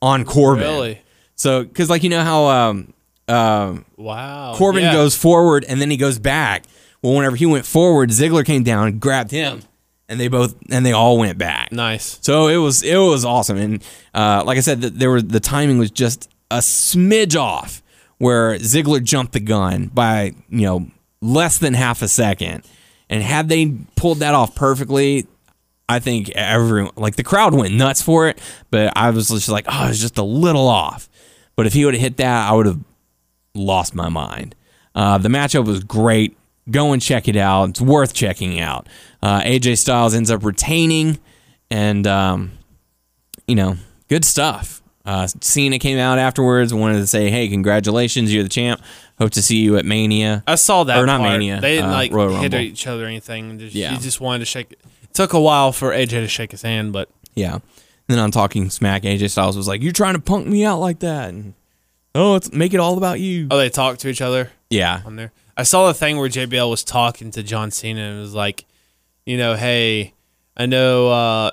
Speaker 2: on Corbin.
Speaker 3: Really?
Speaker 2: So, because like you know how um, um,
Speaker 3: Wow.
Speaker 2: Corbin
Speaker 3: Oh, Yeah.
Speaker 2: goes forward and then he goes back. Well, whenever he went forward, Ziggler came down and grabbed him, and they both and they all went back.
Speaker 3: Nice.
Speaker 2: So it was it was awesome, and uh, like I said, th- there were the timing was just a smidge off, where Ziggler jumped the gun by you know less than half a second, and had they pulled that off perfectly, I think everyone like the crowd went nuts for it. But I was just like, oh, it's just a little off. But if he would have hit that, I would have lost my mind. Uh, the matchup was great. Go and check it out. It's worth checking out. Uh, AJ Styles ends up retaining, and um, you know, good stuff. Uh, Cena came out afterwards, and wanted to say, "Hey, congratulations, you're the champ. Hope to see you at Mania."
Speaker 3: I saw that.
Speaker 2: Or not
Speaker 3: part.
Speaker 2: Mania,
Speaker 3: They didn't
Speaker 2: uh,
Speaker 3: like
Speaker 2: Royal
Speaker 3: hit
Speaker 2: Rumble.
Speaker 3: each other or anything. Just,
Speaker 2: Yeah.
Speaker 3: He just wanted to shake. It took a while for AJ to shake his hand, but
Speaker 2: Yeah. And then on Talking Smack, AJ Styles was like, "You're trying to punk me out like that." And, oh, it's make it all about you.
Speaker 3: oh, they talked to each other
Speaker 2: yeah.
Speaker 3: on there. I saw the thing where JBL was talking to John Cena and was like, you know, hey, I know, uh,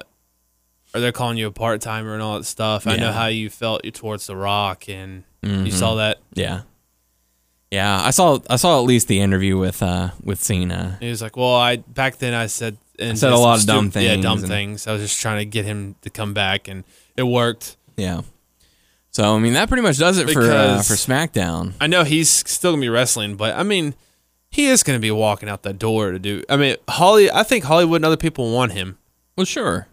Speaker 3: or they're calling you a part timer and all that stuff. I know
Speaker 2: Yeah. Mm-hmm.
Speaker 3: how you felt towards The Rock, and you saw that.
Speaker 2: Yeah. Yeah, I saw I saw at least the interview with uh with Cena.
Speaker 3: And he was like, well, I back then I said and
Speaker 2: said a
Speaker 3: did
Speaker 2: lot
Speaker 3: some
Speaker 2: of dumb
Speaker 3: stu- Yeah,
Speaker 2: things
Speaker 3: dumb
Speaker 2: and-
Speaker 3: things. I was just trying to get him to come back, and it worked.
Speaker 2: Yeah. So I mean that pretty much does it for uh,
Speaker 3: Because-
Speaker 2: for SmackDown.
Speaker 3: I know he's still gonna be wrestling, but I mean, he is gonna be walking out that door to do. I mean, Holly. I think Hollywood and other people want him.
Speaker 2: Well, sure.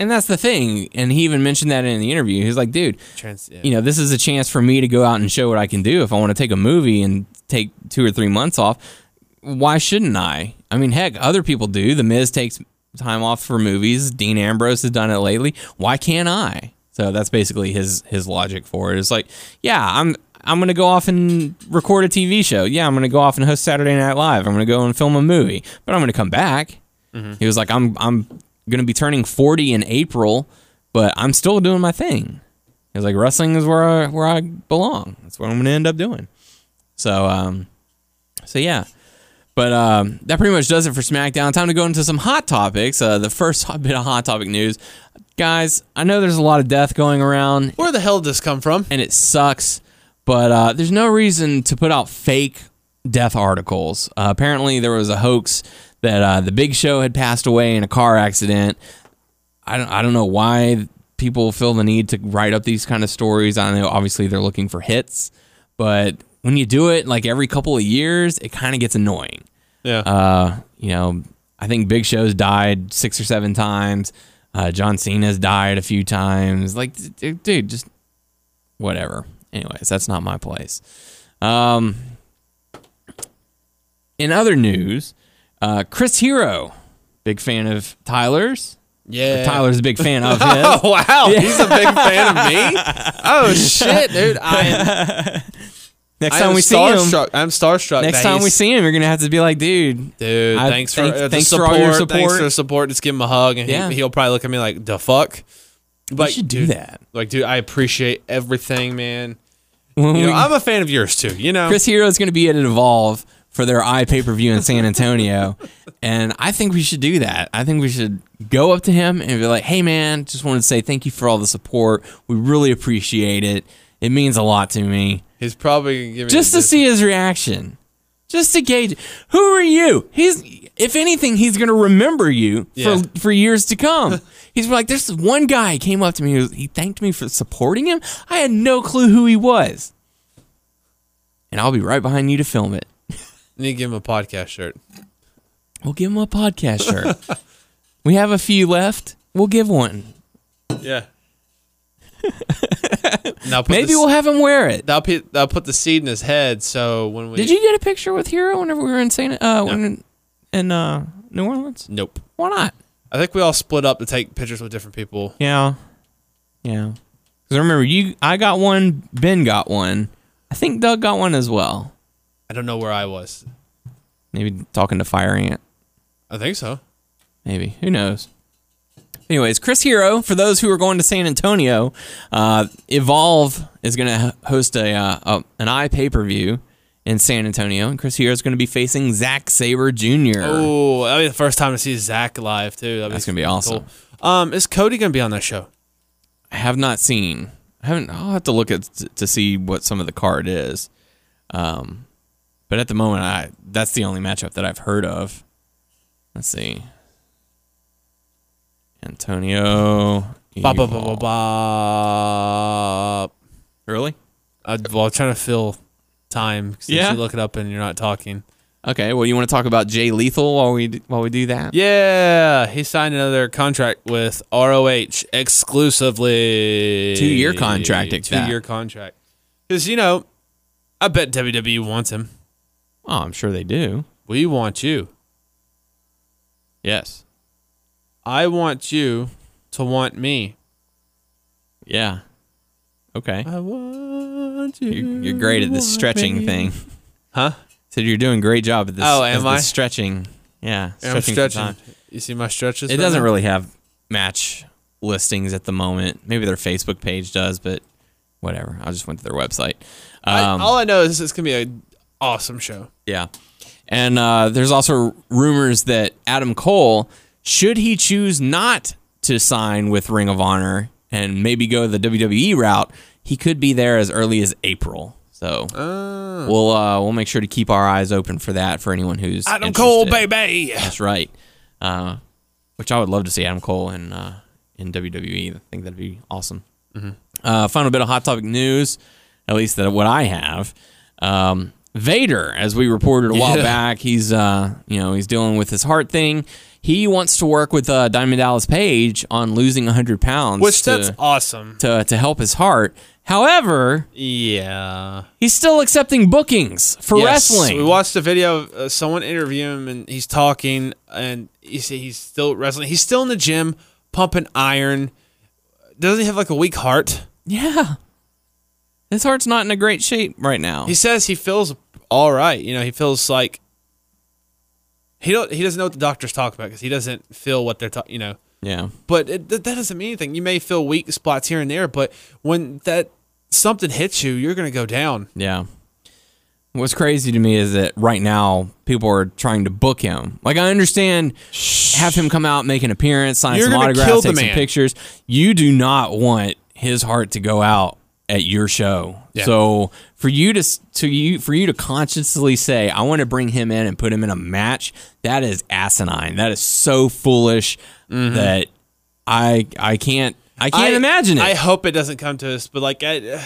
Speaker 2: And that's the thing. And he even mentioned that in the interview. He's like, dude,
Speaker 3: Trans, yeah.
Speaker 2: you know, this is a chance for me to go out and show what I can do. If I want to take a movie and take two or three months off, why shouldn't I? I mean, heck, other people do. The Miz takes time off for movies. Dean Ambrose has done it lately. Why can't I? So that's basically his his logic for it. It's like, yeah, I'm I'm gonna go off and record a TV show. Yeah, I'm gonna go off and host Saturday Night Live. I'm gonna go and film a movie, but I'm gonna come back. He was like, I'm I'm gonna be turning 40 in April, but I'm still doing my thing. He was like, wrestling is where I, where I belong. That's what I'm going to end up doing. So, um, so yeah. But um, that pretty much does it for SmackDown. Time to go into some hot topics. Uh, the first hot- bit of hot topic news, guys. I know there's a lot of death going around,
Speaker 3: Where the hell did this come from?
Speaker 2: and it sucks. But uh, there's no reason to put out fake death articles. Uh, apparently, there was a hoax that uh, the Big Show had passed away in a car accident. I don't I don't know why people feel the need to write up these kind of stories. I know obviously they're looking for hits, but when you do it like every couple of years, it kind of gets annoying.
Speaker 3: Yeah.
Speaker 2: Uh, you know, I think Big Show's died six or seven times. Uh, John Cena's died a few times. Like, d- d- dude, just whatever. Anyways, that's not my place. Um, in other news, uh, Chris Hero, big fan of Tyler's,
Speaker 3: Yeah.
Speaker 2: Tyler's a big fan of his.
Speaker 3: Oh wow, he's a big fan of me. Oh shit, dude! I am,
Speaker 2: Next
Speaker 3: I
Speaker 2: time
Speaker 3: am
Speaker 2: we see him,
Speaker 3: starstruck. I'm starstruck. that
Speaker 2: next time we
Speaker 3: he's-
Speaker 2: see him, you're gonna have to be like, dude,
Speaker 3: dude.
Speaker 2: I-
Speaker 3: thanks for
Speaker 2: thank-
Speaker 3: uh, the
Speaker 2: thanks for
Speaker 3: support,
Speaker 2: all your
Speaker 3: Thanks
Speaker 2: support.
Speaker 3: for the support. Just give him a hug, and
Speaker 2: Yeah.
Speaker 3: he, he'll probably look at me like the fuck. But
Speaker 2: should do
Speaker 3: dude,
Speaker 2: that.
Speaker 3: Like, dude, I appreciate everything, man.
Speaker 2: when
Speaker 3: You
Speaker 2: we,
Speaker 3: know, I'm a fan of yours too. You know,
Speaker 2: Chris Hero is gonna be at Evolve for their eye pay per view in San Antonio, and I think we should do that. I think we should go up to him and be like, hey man, just wanted to say thank you for all the support. We really appreciate it. It means a lot to me.
Speaker 3: he's probably gonna give me
Speaker 2: just to
Speaker 3: this-
Speaker 2: see his reaction, just to gauge. Who are you? He's, if anything, he's gonna remember you
Speaker 3: Yeah.
Speaker 2: for for years to come. he's like, there's this one guy who came up to me. He, was- he thanked me for supporting him. I had no clue who he was, and I'll be right behind you to film it.
Speaker 3: Need to give him a podcast shirt.
Speaker 2: We'll give him a podcast shirt. we have a few left. We'll give one.
Speaker 3: Yeah. now put
Speaker 2: Maybe
Speaker 3: the,
Speaker 2: we'll have him wear it.
Speaker 3: I'll put, I'll put the seed in his head. So when we
Speaker 2: Did you get a picture with Hero whenever we were in San, uh, when, in uh, New Orleans?
Speaker 3: Nope.
Speaker 2: Why not?
Speaker 3: I think we all split up to take pictures with different people.
Speaker 2: Yeah. Yeah. Cuz remember you I got one, Ben got one. I think Doug got one as well.
Speaker 3: I don't know where I was.
Speaker 2: Maybe talking to Fire Ant.
Speaker 3: I think so.
Speaker 2: Maybe. Who knows? Anyways, Chris Hero, for those who are going to San Antonio, uh, Evolve is going to host a, uh, a an eye pay per view in San Antonio, and Chris Hero is going to be facing Zack Saber Jr.
Speaker 3: Oh, that'll be the first time to see Zach live too. That'd
Speaker 2: That's gonna be awesome.
Speaker 3: cool. Um, is Cody gonna be on that show?
Speaker 2: I have not seen. I haven't. I'll have to look at to see what some of the card is. Um, but at the moment, I that's the only matchup that I've heard of. Let's see. Antonio.
Speaker 3: Bop, bop,
Speaker 2: Evil.
Speaker 3: bop, bop, bop.
Speaker 2: Really?
Speaker 3: I, Uh, well, I'm trying to fill time. Since
Speaker 2: Yeah.
Speaker 3: You look it up and you're not talking.
Speaker 2: Okay. Well, you want to talk about Jay Lethal while we d- while we do that?
Speaker 3: Yeah, he signed another contract with ROH exclusively.
Speaker 2: Two-year contract at
Speaker 3: Two
Speaker 2: that.
Speaker 3: year contract. Because you know, I bet WWE wants him.
Speaker 2: Oh, I'm sure they do.
Speaker 3: We want you.
Speaker 2: Yes.
Speaker 3: I want you to want me.
Speaker 2: Yeah. Okay.
Speaker 3: I want you.
Speaker 2: You're, you're great at this
Speaker 3: want
Speaker 2: stretching
Speaker 3: me.
Speaker 2: thing.
Speaker 3: huh?
Speaker 2: So you're doing a great job at this.
Speaker 3: Oh,
Speaker 2: at
Speaker 3: am
Speaker 2: the
Speaker 3: I?
Speaker 2: stretching? Yeah.
Speaker 3: I'm
Speaker 2: for time.
Speaker 3: stretching. You see my stretches?
Speaker 2: It
Speaker 3: right
Speaker 2: doesn't
Speaker 3: now?
Speaker 2: really have match listings at the moment. Maybe their Facebook page does, but whatever. I just went to their website.
Speaker 3: I-
Speaker 2: Um,
Speaker 3: all I know is it's gonna be an awesome show.
Speaker 2: yeah. And uh, there's also rumors that Adam Cole, should he choose not to sign with Ring of Honor and maybe go the WWE route, he could be there as early as April. So
Speaker 3: Oh.
Speaker 2: we'll uh, we'll make sure to keep our eyes open for that for anyone who's
Speaker 3: Adam Cole,
Speaker 2: interested.
Speaker 3: baby.
Speaker 2: That's right. Uh, which I would love to see Adam Cole in uh, in WWE. I think that'd be awesome.
Speaker 3: Mm-hmm.
Speaker 2: Uh, final bit of hot topic news, at least that what I have. Um, Vader, as we reported a while
Speaker 3: Yeah.
Speaker 2: back, he's uh, you know he's dealing with his heart thing. He wants to work with uh, Diamond Dallas Page on losing 100 pounds,
Speaker 3: Which
Speaker 2: to,
Speaker 3: that's awesome.
Speaker 2: to to help his heart. However,
Speaker 3: Yeah.
Speaker 2: he's still accepting bookings for
Speaker 3: Yes.
Speaker 2: wrestling.
Speaker 3: We watched a video of uh, someone interview him, and he's talking, and you see he's still wrestling. He's still in the gym, pumping iron. Doesn't he have like a weak heart?
Speaker 2: yeah, his heart's not in a great shape right now.
Speaker 3: He says he feels all right. You know, he feels like he don't he doesn't know what the doctors talk about because he doesn't feel what they're talking. You know,
Speaker 2: yeah.
Speaker 3: but it, that that doesn't mean anything. You may feel weak spots here and there, but when that something hits you, you're gonna go down.
Speaker 2: Yeah. What's crazy to me is that right now people are trying to book him. Like I understand, have him come out, make an appearance, sign
Speaker 3: You're
Speaker 2: some
Speaker 3: gonna
Speaker 2: autographs,
Speaker 3: kill the
Speaker 2: take some
Speaker 3: man.
Speaker 2: pictures. You do not want his heart to go out at your show.
Speaker 3: Yeah.
Speaker 2: So for you to s- to you for you to consciously say I want to bring him in and put him in a match, that is asinine. That is so foolish that I I can't I can't imagine it.
Speaker 3: Mm-hmm. I hope it doesn't come to us, but like I,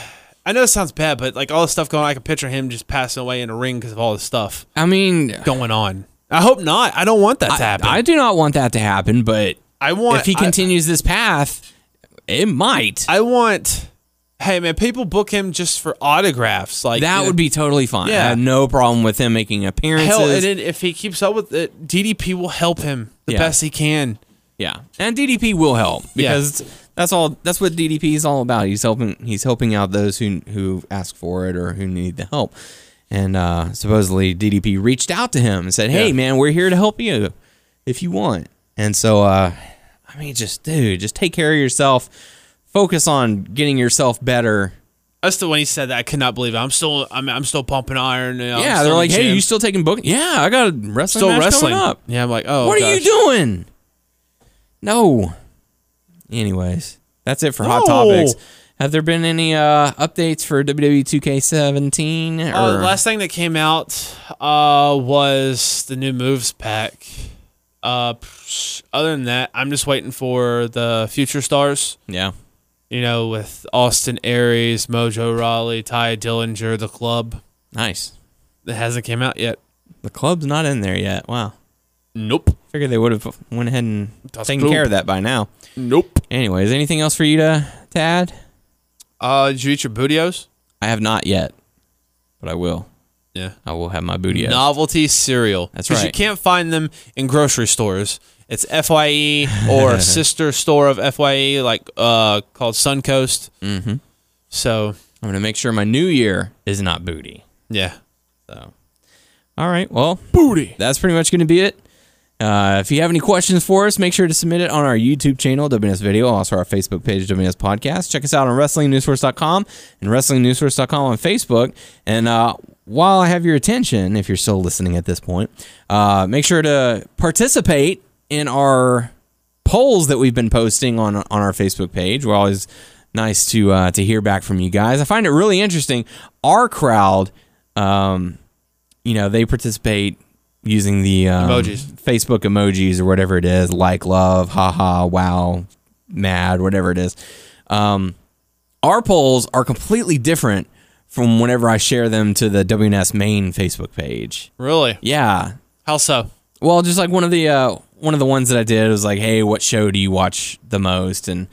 Speaker 3: I know it sounds bad, but like all the stuff going, on, I can picture him just passing away in a ring because of all the stuff
Speaker 2: I mean,
Speaker 3: going on. I hope not. I don't want that to happen.
Speaker 2: I do not want that to happen, but
Speaker 3: I want
Speaker 2: if he continues this path, it might.
Speaker 3: I, I want. Hey man, people book him just for autographs. Like
Speaker 2: that
Speaker 3: you
Speaker 2: would
Speaker 3: know,
Speaker 2: be totally fine. I
Speaker 3: Yeah.
Speaker 2: have no problem with him making appearances.
Speaker 3: hell. And then if he keeps up with it, DDP will help him the
Speaker 2: Yeah.
Speaker 3: best he can.
Speaker 2: Yeah, and DDP will help
Speaker 3: Yeah.
Speaker 2: because that's all. That's what DDP is all about. He's helping. He's helping out those who who ask for it or who need the help. And uh, supposedly DDP reached out to him and said, "Hey,
Speaker 3: Yeah.
Speaker 2: man, we're here to help you if you want." And so, uh, I mean, just dude, just take care of yourself. Focus on getting yourself better.
Speaker 3: That's the when he said that. I could not believe it. I'm still, I'm, I'm still pumping iron. You know, I'm
Speaker 2: yeah,
Speaker 3: still
Speaker 2: they're
Speaker 3: in
Speaker 2: like,
Speaker 3: the
Speaker 2: "Hey,
Speaker 3: gym.
Speaker 2: you still taking booking? Yeah, I got a wrestling
Speaker 3: Oh, still
Speaker 2: match
Speaker 3: wrestling?"
Speaker 2: coming up.
Speaker 3: Yeah, I'm like, oh,
Speaker 2: what are
Speaker 3: gosh.
Speaker 2: you doing? No. Anyways, that's it for hot
Speaker 3: No.
Speaker 2: topics. Have there been any uh, updates for E WWE 2K17? Or
Speaker 3: Uh, the last thing that came out uh, was the new moves pack. Uh, psh, other than that, I'm just waiting for the future stars.
Speaker 2: yeah,
Speaker 3: You know, with Austin Aries, Mojo Raleigh, Ty Dillinger, the club
Speaker 2: nice.
Speaker 3: that hasn't came out yet.
Speaker 2: The club's not in there yet. Wow,
Speaker 3: Nope.
Speaker 2: figured they would have went ahead and
Speaker 3: Das
Speaker 2: taken
Speaker 3: Club.
Speaker 2: care of that by now.
Speaker 3: Nope.
Speaker 2: Anyways, anything else for you to, to add?
Speaker 3: Uh, did you eat your bootios?
Speaker 2: I have not yet, but I will.
Speaker 3: Yeah.
Speaker 2: I will have my booty. out.
Speaker 3: Novelty cereal.
Speaker 2: That's
Speaker 3: Because you
Speaker 2: right.
Speaker 3: can't find them in grocery stores. It's Fye or sister store of Fye, like uh, called Suncoast. Mm-hmm. So
Speaker 2: I'm gonna make sure my new year is not booty.
Speaker 3: yeah,
Speaker 2: So, all right. Well,
Speaker 3: booty.
Speaker 2: that's pretty much going to be it. Uh, if you have any questions for us, make sure to submit it on our YouTube channel, WNS Video, also our Facebook page, WNS Podcast. Check us out on WrestlingNewsSource.com and WrestlingNewsSource.com on Facebook. And uh, while I have your attention, if you're still listening at this point, uh, make sure to participate in our polls that we've been posting on on our Facebook page. We're always nice to uh, to hear back from you guys. I find it really interesting. Our crowd. Um, you know they participate using the um,
Speaker 3: Emojis.
Speaker 2: Facebook emojis or whatever it is, like love, haha, wow, mad, whatever it is. Um, our polls are completely different from whenever I share them to the WNS main Facebook page.
Speaker 3: Really?
Speaker 2: Yeah,
Speaker 3: How so?
Speaker 2: well, just like one of the uh, one of the ones that I did was like, hey, what show do you watch the most, and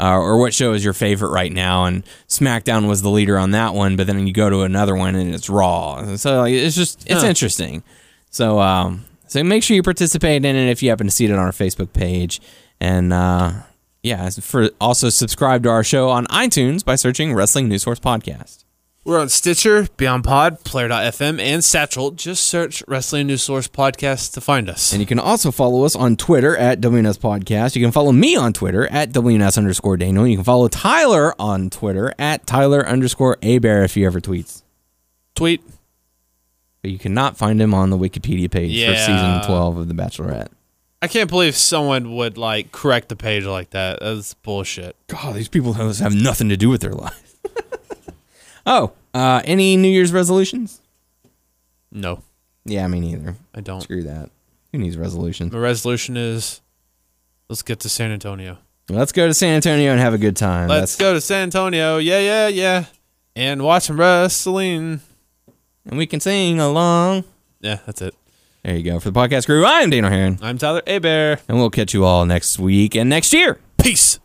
Speaker 2: uh, or what show is your favorite right now? And SmackDown was the leader on that one, but then you go to another one and it's Raw. And so like, it's just it's
Speaker 3: Huh.
Speaker 2: interesting. So um, so make sure you participate in it if you happen to see it on our Facebook page, and uh, yeah, as for also subscribe to our show on iTunes by searching Wrestling News Source Podcast.
Speaker 3: We're on Stitcher, Beyond Pod, Player.fm, and Satchel. Just search Wrestling News Source Podcast to find us.
Speaker 2: And you can also follow us on Twitter at WNS Podcast. You can follow me on Twitter at WNS underscore Daniel. You can follow Tyler on Twitter at Tyler underscore Abear if he ever tweets.
Speaker 3: Tweet.
Speaker 2: But you cannot find him on the Wikipedia page for
Speaker 3: Yeah.
Speaker 2: season 12 of The Bachelorette.
Speaker 3: I can't believe someone would like correct the page like that. That's bullshit.
Speaker 2: God, these people have nothing to do with their lives. oh, uh, any New Year's resolutions?
Speaker 3: No,
Speaker 2: Yeah, me neither.
Speaker 3: I don't.
Speaker 2: Screw that. Who needs resolutions?
Speaker 3: My resolution is let's get to San Antonio.
Speaker 2: Let's go to San Antonio and have a good time.
Speaker 3: Let's go to San Antonio. Yeah, yeah, yeah. And watch some wrestling.
Speaker 2: And we can sing along.
Speaker 3: Yeah, that's it.
Speaker 2: There you go. For the podcast crew, I am Daniel Heron.
Speaker 3: I'm Tyler Abear.
Speaker 2: And we'll catch you all next week and next year.
Speaker 3: Peace.